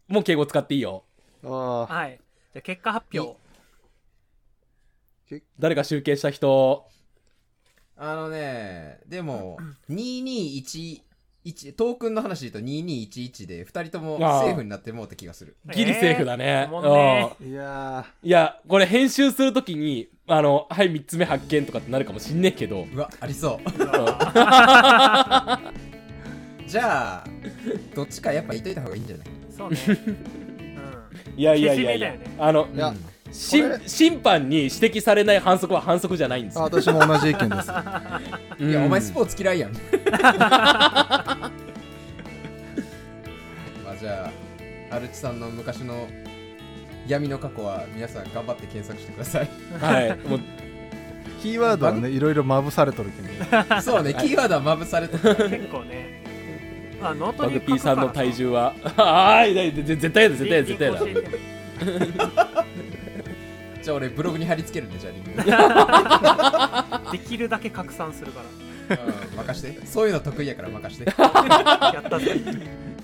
[SPEAKER 1] もう敬語使っていいよ
[SPEAKER 4] あー
[SPEAKER 2] はいじゃあ結果発表
[SPEAKER 1] 誰か集計した人
[SPEAKER 3] あのねでも2211トークンの話で言うと2211で二人ともセ
[SPEAKER 1] あー
[SPEAKER 3] ーフになってもうって気がする
[SPEAKER 1] ギリセーフだね,、
[SPEAKER 2] えーもうね
[SPEAKER 4] いや
[SPEAKER 1] うんいやこれ編集するときにあのはい3つ目発見とかってなるかもしんねえけど
[SPEAKER 3] うわありそう
[SPEAKER 2] うわ
[SPEAKER 3] じゃあ、どっちかやっぱ言っといた方がいいんじゃない
[SPEAKER 2] そうね、うん、
[SPEAKER 1] いやいやいやいや
[SPEAKER 2] 消し目だよね
[SPEAKER 1] あの
[SPEAKER 4] いや
[SPEAKER 3] うん
[SPEAKER 1] し
[SPEAKER 4] これ
[SPEAKER 1] 審判に指摘されない反則は反則じゃないんです
[SPEAKER 4] ー
[SPEAKER 1] よ、
[SPEAKER 4] 私も同じ意 見で
[SPEAKER 3] い
[SPEAKER 4] す
[SPEAKER 3] や、お前ス
[SPEAKER 1] ー
[SPEAKER 3] ポーツ嫌 いやん。まあじゃあ、アルチさんの昔の闇の過去は皆さん頑張って検索してください。
[SPEAKER 1] ツはいもう
[SPEAKER 4] キーワードはねいろいろまぶされとるけど
[SPEAKER 3] そうね、キーワードはまぶされてる。
[SPEAKER 2] 結構ねあノート
[SPEAKER 1] バ
[SPEAKER 2] に
[SPEAKER 1] グ
[SPEAKER 2] 書く
[SPEAKER 1] ピ
[SPEAKER 2] か
[SPEAKER 1] ー
[SPEAKER 2] ら
[SPEAKER 1] さんの体重は あーいやいや絶対やだ絶対やだ絶対やだ
[SPEAKER 2] リンク教えてね
[SPEAKER 3] じゃあ俺ブログに貼り付けるんで、じゃあリンク。
[SPEAKER 2] できるだけ拡散するか
[SPEAKER 3] うん、任して。そういうの得意やから任して。
[SPEAKER 2] らやったぜ、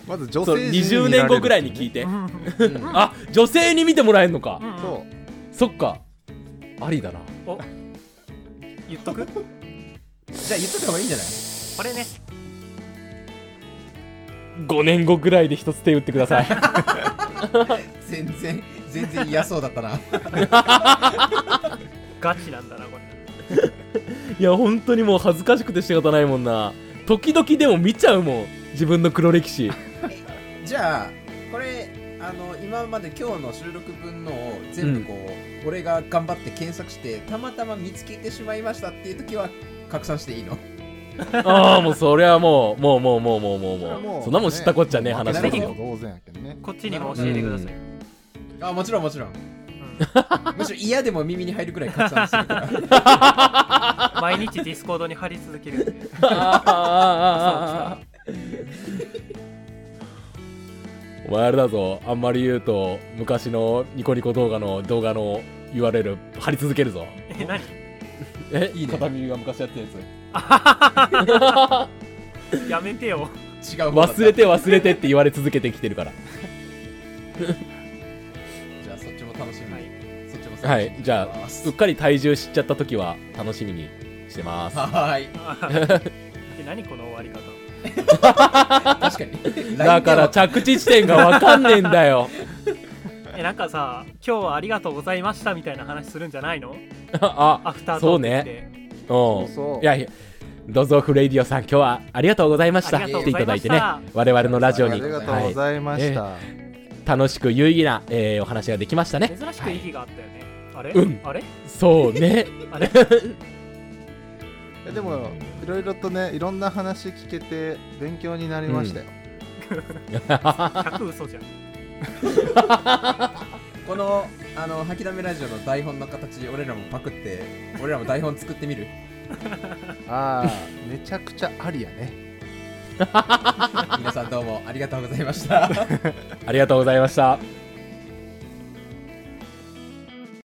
[SPEAKER 4] まず女
[SPEAKER 1] そう
[SPEAKER 4] 性陣
[SPEAKER 1] 20
[SPEAKER 4] に見られる
[SPEAKER 1] 年後ぐらいに聞いて、
[SPEAKER 2] うん
[SPEAKER 3] うん
[SPEAKER 1] あ女性に見てもらえるのか、
[SPEAKER 2] うん
[SPEAKER 4] そう
[SPEAKER 1] そっかありだな
[SPEAKER 2] お言っとく
[SPEAKER 3] じゃあ言っといた方がいいんじゃない
[SPEAKER 2] これね
[SPEAKER 1] 5年後ぐらいで一つ手打ってください
[SPEAKER 3] 全然、全然嫌そうだったな。
[SPEAKER 2] ガチなんだなこれ
[SPEAKER 1] いや本当にもう恥ずかしくて仕方ないもんな時々でも見ちゃうもん自分の黒歴史
[SPEAKER 3] じゃあこれあの今まで今日の収録分のを全部こう、俺が頑張って検索してたまたま見つけてしまいましたっていう時は拡散していいの
[SPEAKER 1] ああもうそりゃもうもうもうもうもうもうもう
[SPEAKER 4] もう
[SPEAKER 1] そんなもん知ったこっちゃねえ
[SPEAKER 4] もう負
[SPEAKER 1] 話だけ
[SPEAKER 4] けないけ
[SPEAKER 1] ど
[SPEAKER 4] ど当然やけどね
[SPEAKER 2] こっちにも教えてください、
[SPEAKER 3] あもちろんもちろん
[SPEAKER 2] うん
[SPEAKER 3] むしろ嫌でも耳に入るくらい拡散するから
[SPEAKER 2] 毎日ディスコードに貼り続ける んで
[SPEAKER 1] あーあーあーあー お前あれだぞあんまり言うと昔のニコニコ動画の動画の URL 貼り続けるぞ
[SPEAKER 2] え何
[SPEAKER 1] え
[SPEAKER 3] いいね
[SPEAKER 1] 片耳が昔やったやつ
[SPEAKER 2] やめてよ
[SPEAKER 3] 違う方だった
[SPEAKER 1] 忘れて忘れてって言われ続けてきてるから
[SPEAKER 3] じゃあそっちも楽しみ
[SPEAKER 2] は
[SPEAKER 3] に、
[SPEAKER 2] い
[SPEAKER 3] そっちも楽しみ に
[SPEAKER 1] はいじゃ
[SPEAKER 3] は
[SPEAKER 1] あうっかり体重知っちゃった時は楽しみにしてます
[SPEAKER 3] ーい
[SPEAKER 2] え何この終わり方
[SPEAKER 3] 確かに
[SPEAKER 1] だから着地地点がわかんねえんだよ
[SPEAKER 2] えなんかさ今日はありがとうございましたみたいな話するんじゃないの
[SPEAKER 1] あ
[SPEAKER 2] アフター
[SPEAKER 1] そ
[SPEAKER 2] ト
[SPEAKER 1] う
[SPEAKER 2] ー
[SPEAKER 1] ね
[SPEAKER 2] クで
[SPEAKER 1] う
[SPEAKER 4] そ
[SPEAKER 1] ん
[SPEAKER 4] うそう
[SPEAKER 1] いやいやどうぞフレイディオさん今日はありがとうございました
[SPEAKER 2] あ
[SPEAKER 1] 来
[SPEAKER 2] りが
[SPEAKER 1] て
[SPEAKER 2] とう
[SPEAKER 1] いた
[SPEAKER 2] ご
[SPEAKER 1] だ
[SPEAKER 2] ざいま
[SPEAKER 1] い
[SPEAKER 2] してた
[SPEAKER 1] ね我々のラジオ
[SPEAKER 4] あ
[SPEAKER 1] に
[SPEAKER 4] りがとう
[SPEAKER 1] は
[SPEAKER 4] ございました、
[SPEAKER 1] 楽しく有意義な、えーお話ができましたね
[SPEAKER 2] 珍しく意義があったよね、あ れ、
[SPEAKER 1] うん
[SPEAKER 2] あれ
[SPEAKER 1] そうね
[SPEAKER 2] あれ
[SPEAKER 4] えでもいろいろとねいろんな話聞けて勉強になりましたよ、
[SPEAKER 2] 100嘘じゃん
[SPEAKER 3] このあの吐きだめラジオの台本の形俺らもパクって俺らも台本作ってみる
[SPEAKER 4] ああめちゃくちゃありやね
[SPEAKER 3] 皆さんどうもありがとうございました
[SPEAKER 1] ありがとうございました。